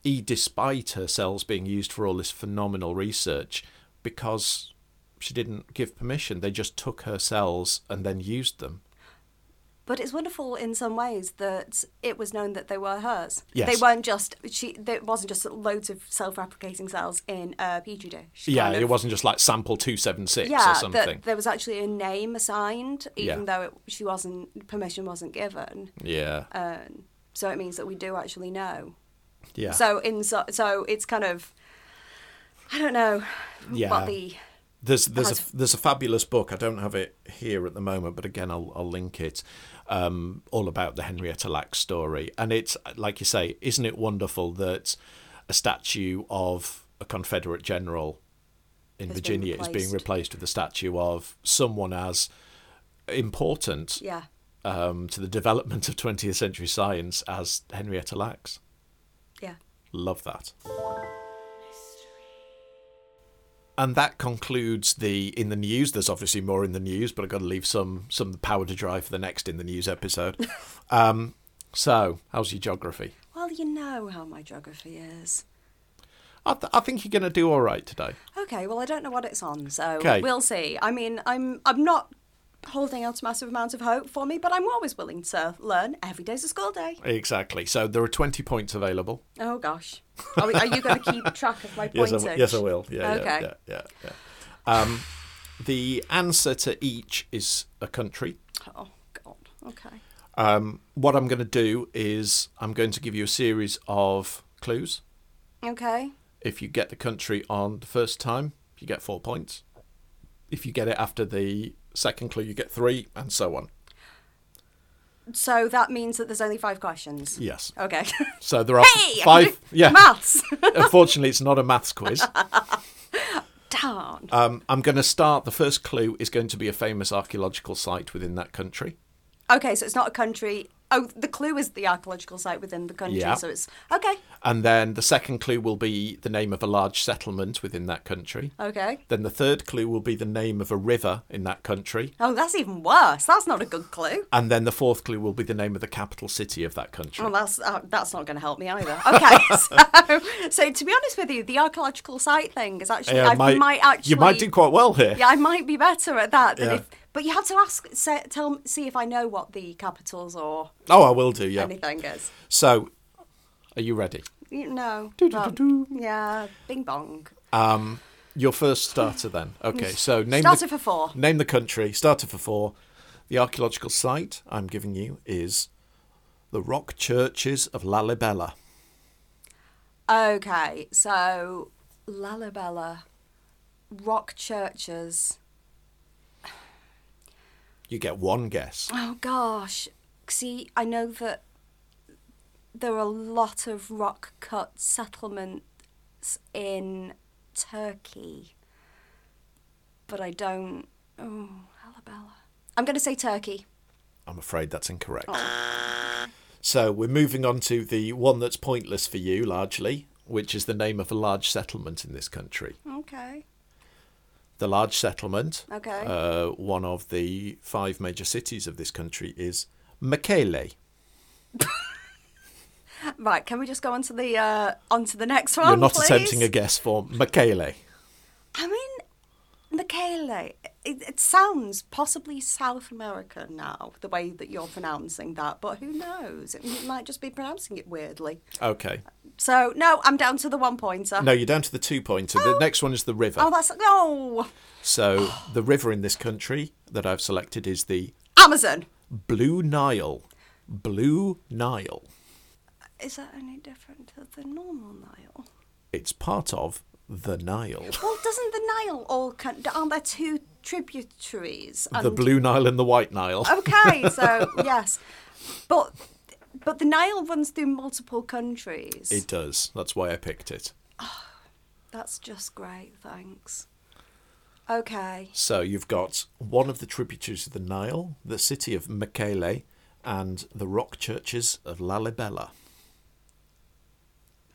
E, despite her cells being used for all this phenomenal research, because she didn't give permission, they just took her cells and then used them. But it's wonderful in some ways that it was known that they were hers. Yes. They weren't just she. It wasn't just loads of self-replicating cells in a petri dish. yeah, kind of- it wasn't just like sample 276 yeah, or that something. there was actually a name assigned, even Yeah. though it, she wasn't permission wasn't given. yeah. Um, so it means that we do actually know. yeah. So in so, so it's kind of I don't know Yeah. what the There's there's has- a there's a fabulous book. I don't have it here at the moment, but again, I'll I'll link it. Um, all about the Henrietta Lacks story, and it's like you say, isn't it wonderful that a statue of a Confederate general in Has been Virginia is being replaced. replaced with a statue of someone as important yeah um, to the development of 20th century science as Henrietta Lacks. yeah Love that. And that concludes the in the news. There's obviously more in the news, but I've got to leave some some power to dry for the next in the news episode. um, so, how's your geography? Well, you know how my geography is. I, th- I think you're going to do all right today. Okay, well, I don't know what it's on, so Okay. we'll see. I mean, I'm I'm not holding out massive amounts of hope for me, but I'm always willing to learn. Every day's a school day. Exactly. So there are 20 points available. Oh gosh, are, we, are you going to keep track of my Yes, I, pointage? w- yes, I will. Yeah, Okay. yeah, yeah, yeah. yeah. Um, the answer to each is a country. Oh God. Okay. Um, what I'm going to do is I'm going to give you a series of clues. Okay. If you get the country on the first time, you get four points. If you get it after the second clue, you get three, and so on. So that means that there's only five questions. Yes. Okay. So there are hey, I five. can do Yeah. Maths. Unfortunately, it's not a maths quiz. Darn. Um, I'm going to start. The first clue is going to be a famous archaeological site within that country. Okay, so it's not a country. Oh, the clue is the archaeological site within the country. Yeah. So it's okay. And then the second clue will be the name of a large settlement within that country. Okay. Then the third clue will be the name of a river in that country. Oh, that's even worse. That's not a good clue. And then the fourth clue will be the name of the capital city of that country. Well, that's uh, that's not going to help me either. Okay, so, so to be honest with you, the archaeological site thing is actually Yeah, I might, actually you might do quite well here. yeah I might be better at that than Yeah. if. But you have to ask, say, tell see if I know what the capitals or Oh, I will do, yeah. anything is. So, are you ready? You know, but- yeah, bing bong. Um, your first starter then. Okay, so name Starter the, for four. Name the country. Starter for four. The archaeological site I'm giving you is the rock churches of Lalibela. Okay, so Lalibela, rock churches. You get one guess. Oh gosh. See, I know that there are a lot of rock cut settlements in Turkey, but I don't. Oh, Alabella. I'm going to say Turkey. I'm afraid that's incorrect. So we're moving on to the one that's pointless for you largely, which is the name of a large settlement in this country. Okay. The large settlement, Okay. uh, one of the five major cities of this country, is Mekele. Right. Can we just go on to the uh, onto the next one? You're not please? attempting a guess for Mekele. I mean, Michele, it, it sounds possibly South American now, the way that you're pronouncing that, but who knows? It might just be pronouncing it weirdly. Okay. So, no, I'm down to the one pointer. No, you're down to the two pointer. The next one is the river. Oh, that's. Oh! So the river in this country that I've selected is the Amazon! Blue Nile. Blue Nile. Is that any different to the normal Nile? It's part of the Nile. Well, doesn't the Nile all. con- Aren't there two tributaries? The Blue Nile and the White Nile. Oh. Okay, so, yes. But. But the Nile runs through multiple countries. It does. That's why I picked it. That's just great, thanks. Okay. So you've got one of the tributaries of the Nile, the city of Mekele, and the rock churches of Lalibela.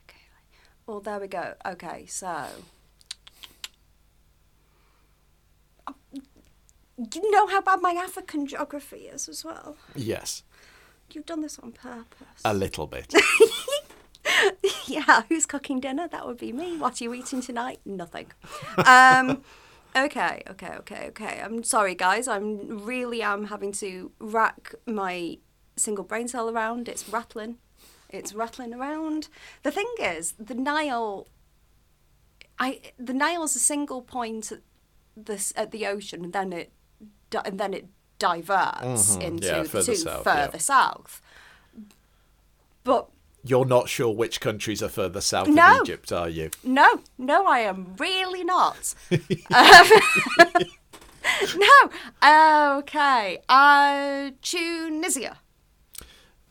Okay. Well, there we go. Okay, so. Oh, You know how bad my African geography is as well. Yes, You've done this on purpose. a little bit. yeah, who's cooking dinner? That would be me. What are you eating tonight? Nothing. Um, okay, okay, okay, okay. I'm sorry, guys. I'm really am having to rack my single brain cell around. It's rattling. It's rattling around. The thing is, the Nile. I the Nile's a single point at this at the ocean, and then it di- and then it diverts into Mm-hmm. Yeah, the further two south, yeah. further south. But You're not sure which countries are further south No. of Egypt, are you? No, no, I am really not. Um, no, okay. Uh, Tunisia.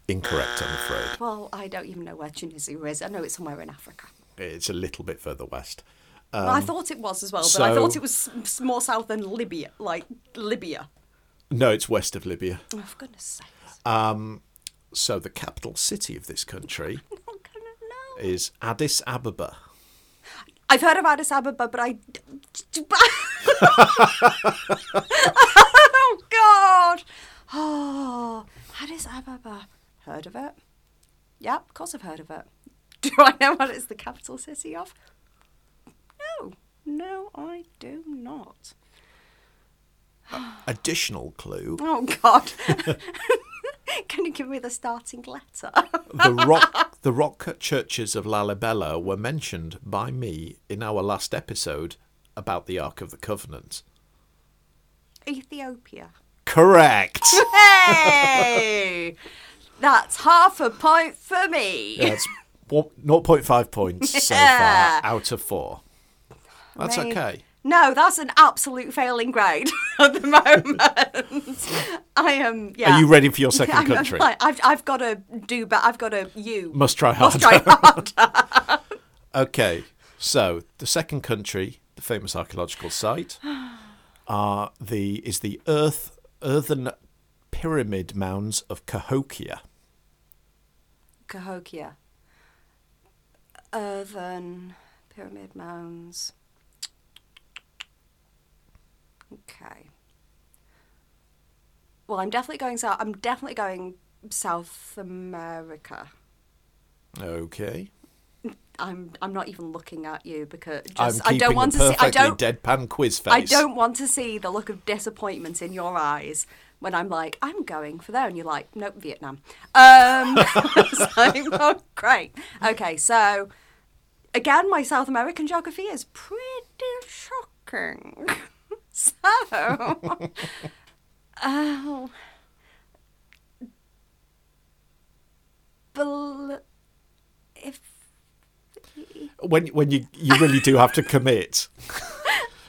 Incorrect, I'm afraid. Well, I don't even know where Tunisia is. I know it's somewhere in Africa. It's a little bit further west. Well, I thought it was as well, but I so- thought it was s- more south than Libya, like Libya. No, it's west of Libya. Um, Oh, for goodness sakes. So the capital city of this country I'm not gonna know. is Addis Ababa. I've heard of Addis Ababa, but I. d- d- but- oh, God. Oh, Addis Ababa. Heard of it? Yeah, of course I've heard of it. Do I know what it's the capital city of? No. No, I do not. Additional clue Oh, God. Can you give me the starting letter? the rock the rock churches of Lalibela were mentioned by me in our last episode about the Ark of the Covenant. Ethiopia. Correct. Hey! That's half a point for me. That's one- 0.5 points so Yeah. far out of 4. That's Mate. okay. No, that's an absolute failing grade at the moment. I am. Yeah. Are you ready for your second I'm- I'm country? fine. I've, I've got to do, but I've got to you. Must try hard. Must try hard. Okay. So, the second country, the famous archaeological site, are the is the earth earthen pyramid mounds of Cahokia. Cahokia, earthen pyramid mounds. Okay. Well, I'm definitely going south. I'm definitely going South America. Okay. I'm I'm not even looking at you because I'm just, keeping I don't want a to see. perfectly I don't. deadpan quiz face. I don't want to see the look of disappointment in your eyes when I'm like, I'm going for there, and you're like, nope, Vietnam. Um, it's like, oh, great. Okay, so again, my South American geography is pretty shocking. um, so, oh, Bel- if When when you you really do have to commit.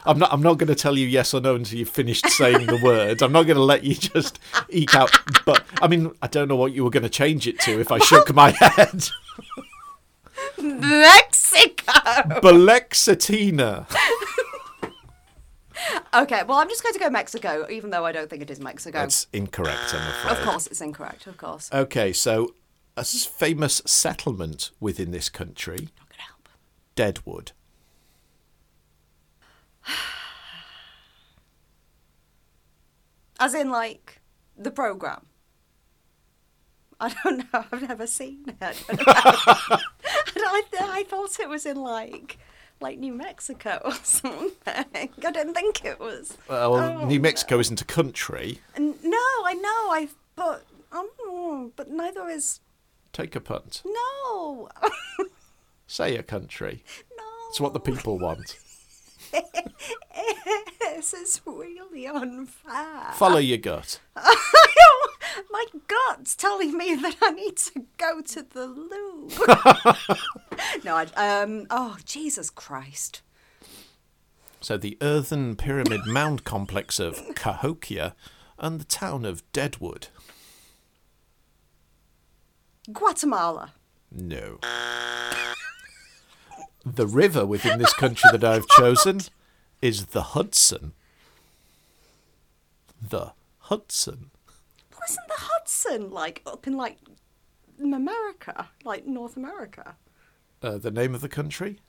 I'm not. I'm not going to tell you yes or no until you've finished saying the word. I'm not going to let you just eke out. But I mean, I don't know what you were going to change it to if I shook my head. Mexico. Belexatina. Okay, well, I'm just going to go Mexico, even though I don't think it is Mexico. That's incorrect. I'm afraid. of course, it's incorrect. Of course. Okay, so a s- famous settlement within this country, Not gonna help. Deadwood. As in, like the program. I don't know. I've never seen it. and I, th- I thought it was in like, like New Mexico or something. I didn't think it was. Well, Oh, New Mexico isn't a country. No, I know. I but um, but neither is Take a punt. no, Say a country. no. It's what the people want. this is really unfair. Follow your gut. My gut's telling me that I need to go to the loo. no, I, um, oh, Jesus Christ. So the earthen pyramid mound complex of Cahokia and the town of Deadwood. Guatemala. No. The river within this country that I've chosen is the Hudson. The Hudson. Well, isn't the Hudson like up in like America, like North America? Uh, the name of the country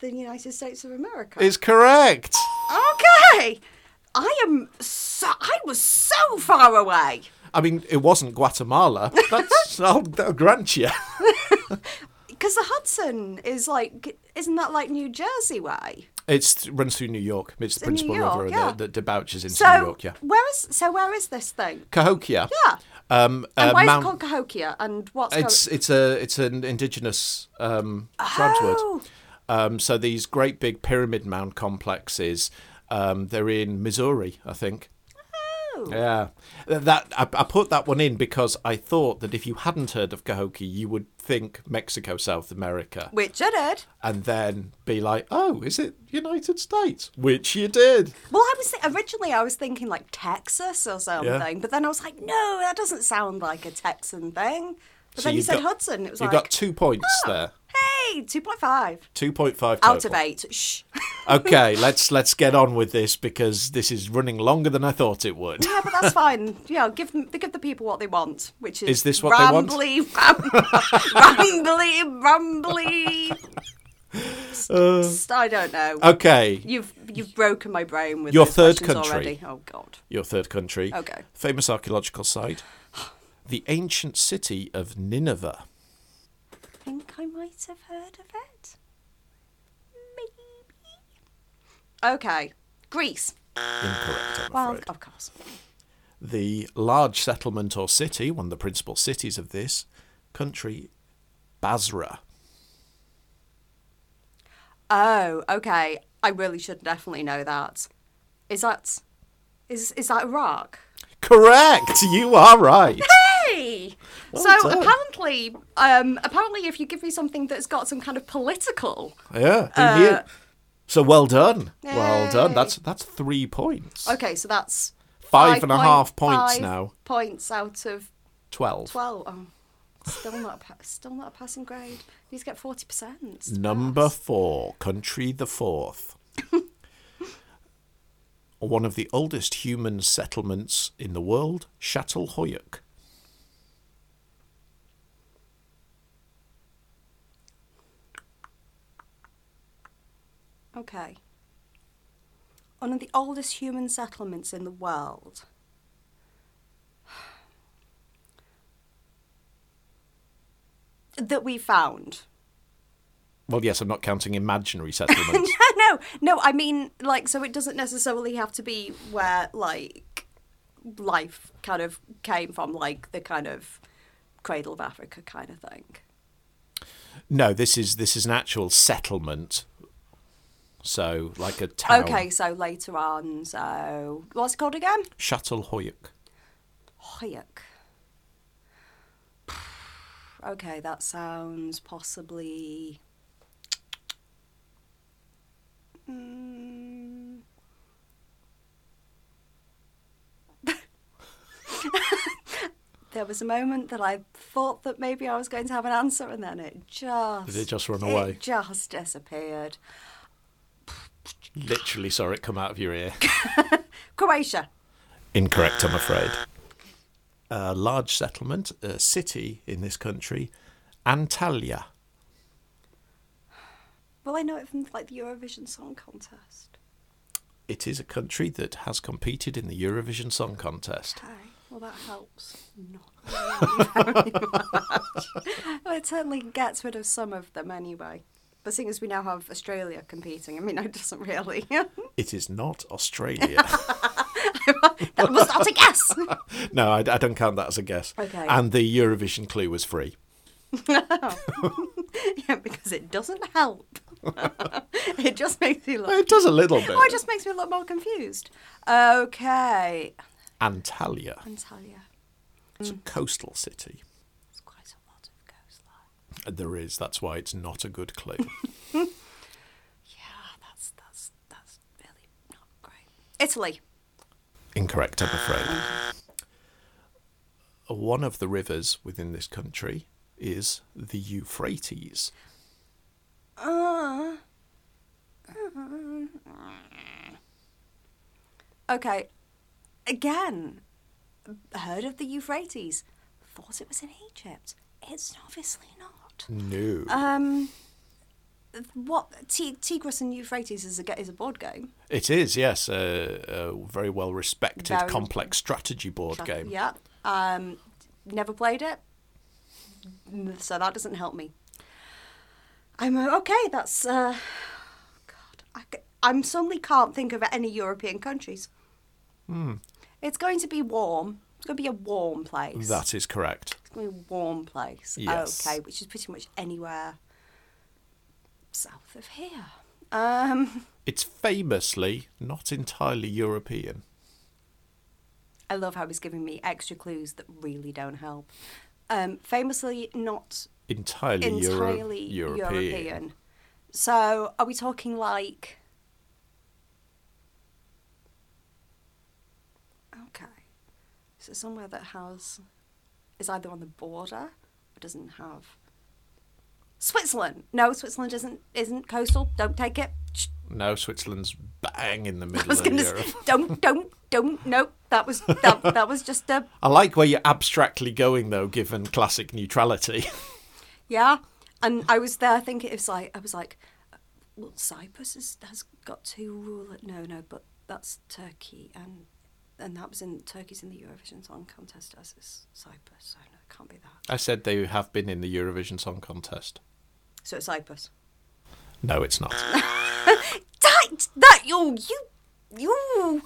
The United States of America. is correct. okay. I am so, I was so far away. I mean, it wasn't Guatemala. That's I'll, I'll grant you. Because the Hudson is like, isn't that like New Jersey way? It runs through New York. It's the in New principal York, river yeah. that, that debouches into So New York. Yeah, where is so where is this thing? Ah, Cahokia. Yeah. Um, And uh, why is Mount- it called Cahokia? And what's It's it's a it's an indigenous um, tribes Oh. word. Um, so these great big pyramid mound complexes, um, they're in Missouri, I think. going? Oh. Yeah, Th- that I, I put that one in because I thought that if you hadn't heard of Cahokia, you would think Mexico, South America, Which uh, I did. and then be like, "Oh, is it United States?" Which you did. Well, I was th- originally I was thinking like Texas or something, but then I was like, no, that doesn't sound like a Texan thing. But So then you you've said got- Hudson. It was You like, have got two points there. hey, two point five Two point five out of eight. Shh. Okay, let's let's get on with this because this is running longer than I thought it would. yeah, but that's fine. Yeah, give them, give the people what they want, which is Is this what they want? rambly, rambly, rambly, Uh. rambly. St- I don't know. Okay, You've you've broken my brain with Uh, Your those third questions country. Already. Oh God. your third country. Okay. Famous archaeological site, the ancient city of Nineveh. I think I might have heard of it. Maybe. Okay. Greece. Incorrect, I'm Well, afraid. of course. The large settlement or city, one of the principal cities of this country, Basra. Oh, okay. I really should definitely know that. Is that is is that Iraq? Correct. You are right. Hey. so done. apparently, um, apparently, if you give me something that's got some kind of political, Yeah. who knew? So well done. Well done. Uh, Yay. That's that's three points. okay, so that's Five and a 5.5 half points now. Points out of Twelve. twelve. Oh, still not, a pa- still not a passing grade. You just get forty percent. Number four, country the fourth. One of the oldest human settlements in the world, Shattelhoyuk. Okay. One of the oldest human settlements in the world. That we found. Well, yes, I'm not counting imaginary settlements. no, no, I mean, like, so it doesn't necessarily have to be where, like, life kind of came from, like the kind of cradle of Africa kind of thing. no, this is this is an actual settlement. So, like a town. Okay, so later on, so. What's it called again? Shattelhoyuk. Hayek. Okay, that sounds possibly. Mm. there was a moment that I thought that maybe I was going to have an answer, and then it just. Did it just run away? It just disappeared. Literally saw it come out of your ear. Croatia. Incorrect, I'm afraid. A large settlement, a city in this country, Antalya. Well, I know it from like the Eurovision Song Contest. It is a country that has competed in the Eurovision Song Contest. Okay, well that helps not very much. well, it certainly gets rid of some of them anyway. But seeing as we now have Australia competing, I mean, it doesn't really. that It is not Australia. was not a guess. no, I, I don't count that as a guess. Okay. And the Eurovision clue was free. yeah, because it doesn't help. it just makes me look. It does a little bit. Oh, it just makes me look more confused. Okay, Antalya. Antalya. It's a coastal city. It's quite a lot of coastline. There is. That's why it's not a good clue. Yeah, that's that's that's really not great. Italy. Incorrect, I'm afraid. One of the rivers within this country is the Euphrates. Uh, okay. Again, heard of the Euphrates. Thought it was in Egypt. It's obviously not. No. Um, what T- Tigris and Euphrates is a ge- is a board game. it is, yes, a, a very well respected Very- complex strategy board game. Yeah. Um, never played it, so that doesn't help me. I'm uh, okay. That's uh, God. I, c- I'm suddenly can't think of any European countries. Hmm. It's going to be warm. It's going to be a warm place. That is correct. It's going to be a warm place. Yes. Okay, which is pretty much anywhere south of here. Um, It's famously not entirely European. I love how he's giving me extra clues that really don't help. Um, famously, not Entirely, Euro- entirely European. So, are we talking like? Okay, so somewhere that has is either on the border or doesn't have. Switzerland. No, Switzerland isn't isn't coastal. Don't take it. Shh. No, Switzerland's bang in the I middle was of gonna Europe. s- don't don't don't. Nope. That was that, that was just a I like where you're abstractly going though, given classic neutrality. Yeah, and I was there thinking it's like I was like, well, Cyprus has, has got to rule it. No, no, but that's Turkey, and and that was in Turkey's in the Eurovision Song Contest as is Cyprus. So no, it can't be that. I said they have been in the Eurovision Song Contest. So it's Cyprus. No, it's not. That that you you you.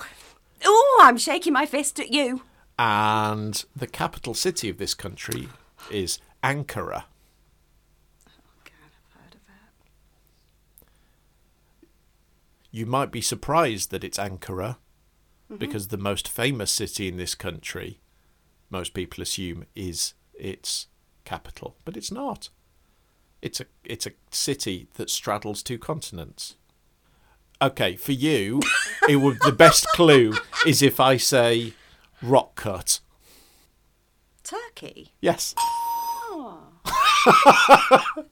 Oh, I'm shaking my fist at you. and the capital city of this country is Ankara. God, I've heard of it. You might be surprised that it's Ankara because the most famous city in this country, most people assume, is its capital, but it's not. It's a it's a city that straddles two continents. Okay, for you, it would the best clue is if I say rock cut. Turkey. Yes. Oh,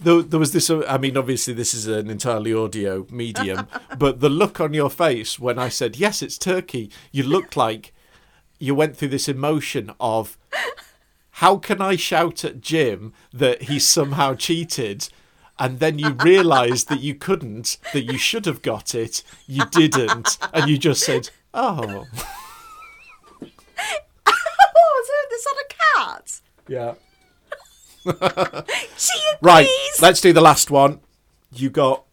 There, there was this. uh, I mean, obviously, this is an entirely audio medium, but the look on your face when I said yes, it's Turkey, you looked like you went through this emotion of how can I shout at Jim that he somehow cheated, and then you realised that you couldn't, that you should have got it, you didn't, and you just said, "Oh, oh is it- it's not a cat. yeah." She Right, agrees. let's do the last one. You got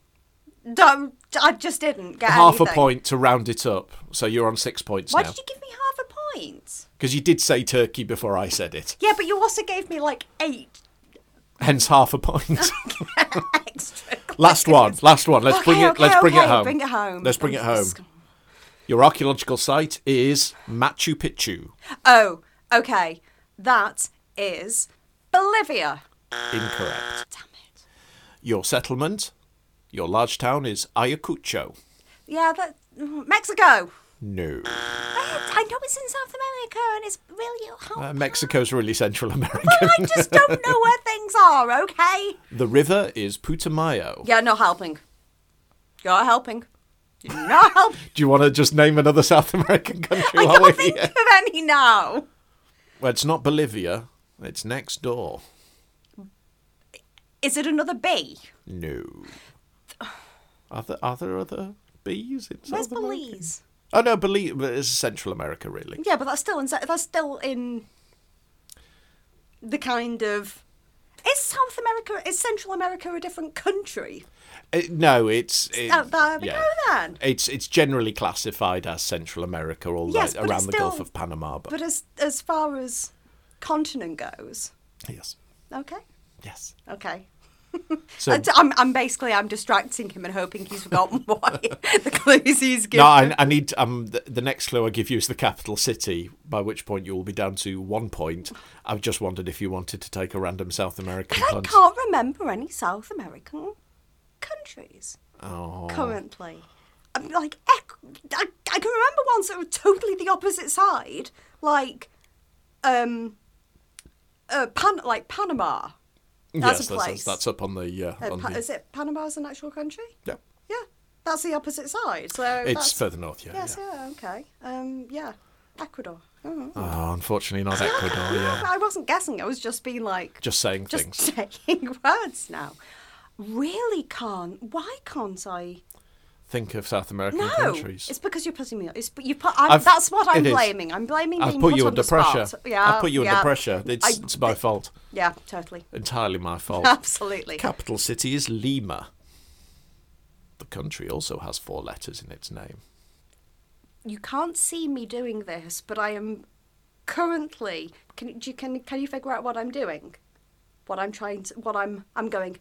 Don't. I just didn't get half a anything. point to round it up, so you're on six points Why now. did you give me half a point? Because you did say Turkey before I said it, Yeah, but you also gave me like eight hence half a point. extra. last one, last one. Let's Okay, bring it. okay, let's bring okay, it home. Bring it home. Let's bring it I'm home. just- Your archaeological site is Machu Picchu Oh, okay. That is Bolivia. incorrect. Damn it. Your settlement, your large town is Ayacucho. Yeah, that mm, Mexico. No, I know it's in South America and it's really hot. uh, Mexico's really Central but America. I just don't know where things are. Okay. the river is Putumayo. Yeah, not helping. You're not helping. You're not helping. Do you want to just name another South American country I while we're can't think here? of any now. Well, it's not Bolivia. It's next door. Is it another B? No. Are there, are there other bees in Where's South America? Belize? Mm. Oh no, Belize but it's Central America, really. Yeah, but that's still in that's still in the kind of is South America is Central America a different country? Uh, no, it's it, Oh, there we go then. It's it's generally classified as Central America, all Yes, right, but around it's the Gulf still- of Panama. But, But as as far as continent goes, yes, okay, yes. okay. So I- I'm, I'm basically I'm distracting him and hoping he's forgotten what the clues he's given. no, I, I need um the, the next clue I give you is the capital city, by which point you will be down to one point. I've just wondered if you wanted to take a random South American. I country. can't remember any South American countries Oh. currently. I'm like, ec- I, I can remember ones that were totally the opposite side, like, um, uh, Pan- like Panama. That's yes, a that's, place. that's up on the uh, Uh, on pa- the- is it Panama's an actual country? yeah. Yeah, that's the opposite side. So It's that's, further north, yeah. Yes, yeah. yeah, okay. Um, yeah, Ecuador. Oh. Oh, unfortunately, not Ecuador. Yeah, Yeah, I wasn't guessing. I was just being like, just saying just things. saying words now. Really can't. Why can't I? think of South American No, countries. it's because you're putting me. It's you put. I'm, I've- that's what I'm it is. blaming. I'm blaming. I've being put you on under the spot. pressure. Yeah, I've put you yeah. under pressure. It's, I- it's Oh. my fault. Yeah, totally, Entirely my fault. absolutely. Capital city is Lima. The country also has four letters in its name. You can't see me doing this, but I am currently. Can do you can can you figure out what I'm doing? What I'm trying to. What I'm I'm going.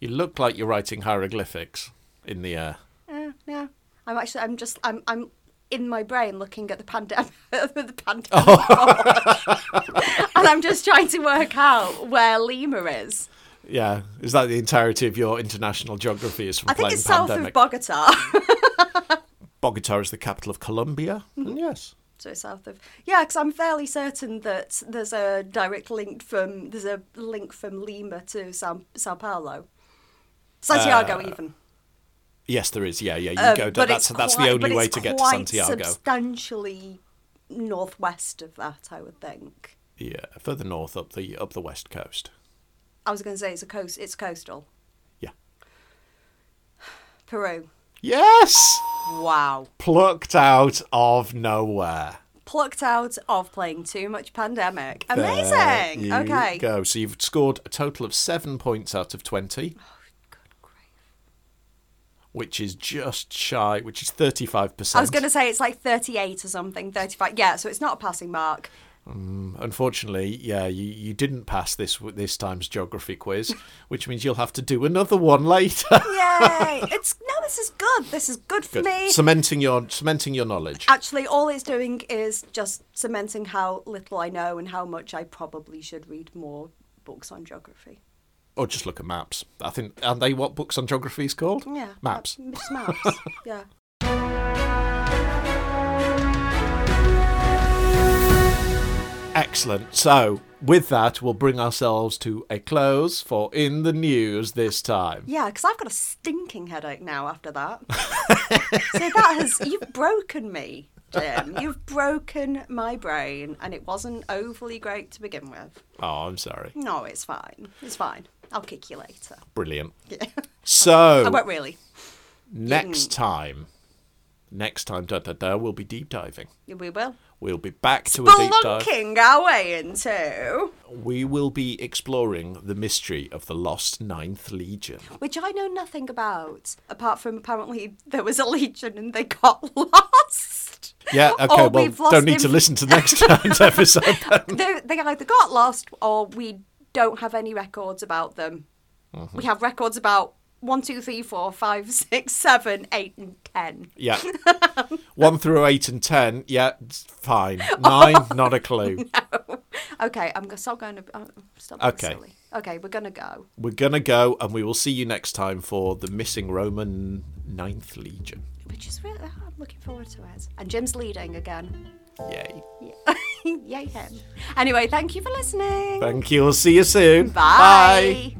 You look like you're writing hieroglyphics in the air. Yeah, yeah. I'm actually. I'm just. I'm. I'm in my brain looking at the pandemic. the pandemic. Oh. and I'm just trying to work out where Lima is. Yeah, is that the entirety of your international geography? Is from I think playing it's south of pandemic. Bogota. Bogota is the capital of Colombia. And yes, so south of yeah because i'm fairly certain that there's a direct link from there's a link from lima to sao, sao paulo santiago even yes, there is. Yeah, yeah. You Um, Uh, go. but down. that's it's that's quite- the only but way it's to get to quite Santiago. substantially northwest of that i would think yeah, further north up the up the west coast. i was going to say it's a coast it's coastal Yeah. peru Yes, wow plucked out of nowhere. plucked out of playing too much pandemic There amazing you okay Go. So you've scored a total of seven points out of twenty, Good grief. which is just shy, which is thirty-five percent. I was going to say it's like 38 or something, 35. Yeah, so it's not a passing mark. Um, Unfortunately, yeah, you, you didn't pass this this time's geography quiz, which means you'll have to do another one later. Yay! it's no, this is good. This is good for me. cementing your cementing your knowledge. Actually, all it's doing is just cementing how little I know and how much I probably should read more books on geography. Or just look at maps. I think aren't they what books on geography is called? Yeah. Maps. uh, just maps. yeah. Excellent. So with that we'll bring ourselves to a close for in the news this time. Yeah, because I've got a stinking headache now after that. so that has you've broken me, Jim. You've broken my brain, and it wasn't overly great to begin with. Oh, I'm sorry. No, it's fine. It's fine. I'll kick you later. Brilliant. Yeah. I So won't really. next time next time da da da we'll be deep diving. We will. We'll be back to a deep dive. Blunking our way into. We will be exploring the mystery of the lost Ninth Legion. Which I know nothing about, apart from apparently there was a legion and they got lost. Yeah, okay, Or well, Oh, we've lost don't need him- to listen to next time's episode. They, they either got lost or we don't have any records about them. We have records about one, two, three, four, five, six, seven, eight, and 10. Yeah. One through eight and ten, yeah, it's fine. Nine, not a clue. Okay, I'm going to stop going to. Uh, stop being Okay. silly. Okay, we're going to go. We're going to go, and we will see you next time for the missing Roman Ninth Legion. Which is really. oh, I'm looking forward to it. And Jim's leading again. Yay. Yeah. Yay, him. Anyway, thank you for listening. Thank you. We'll see you soon. Bye.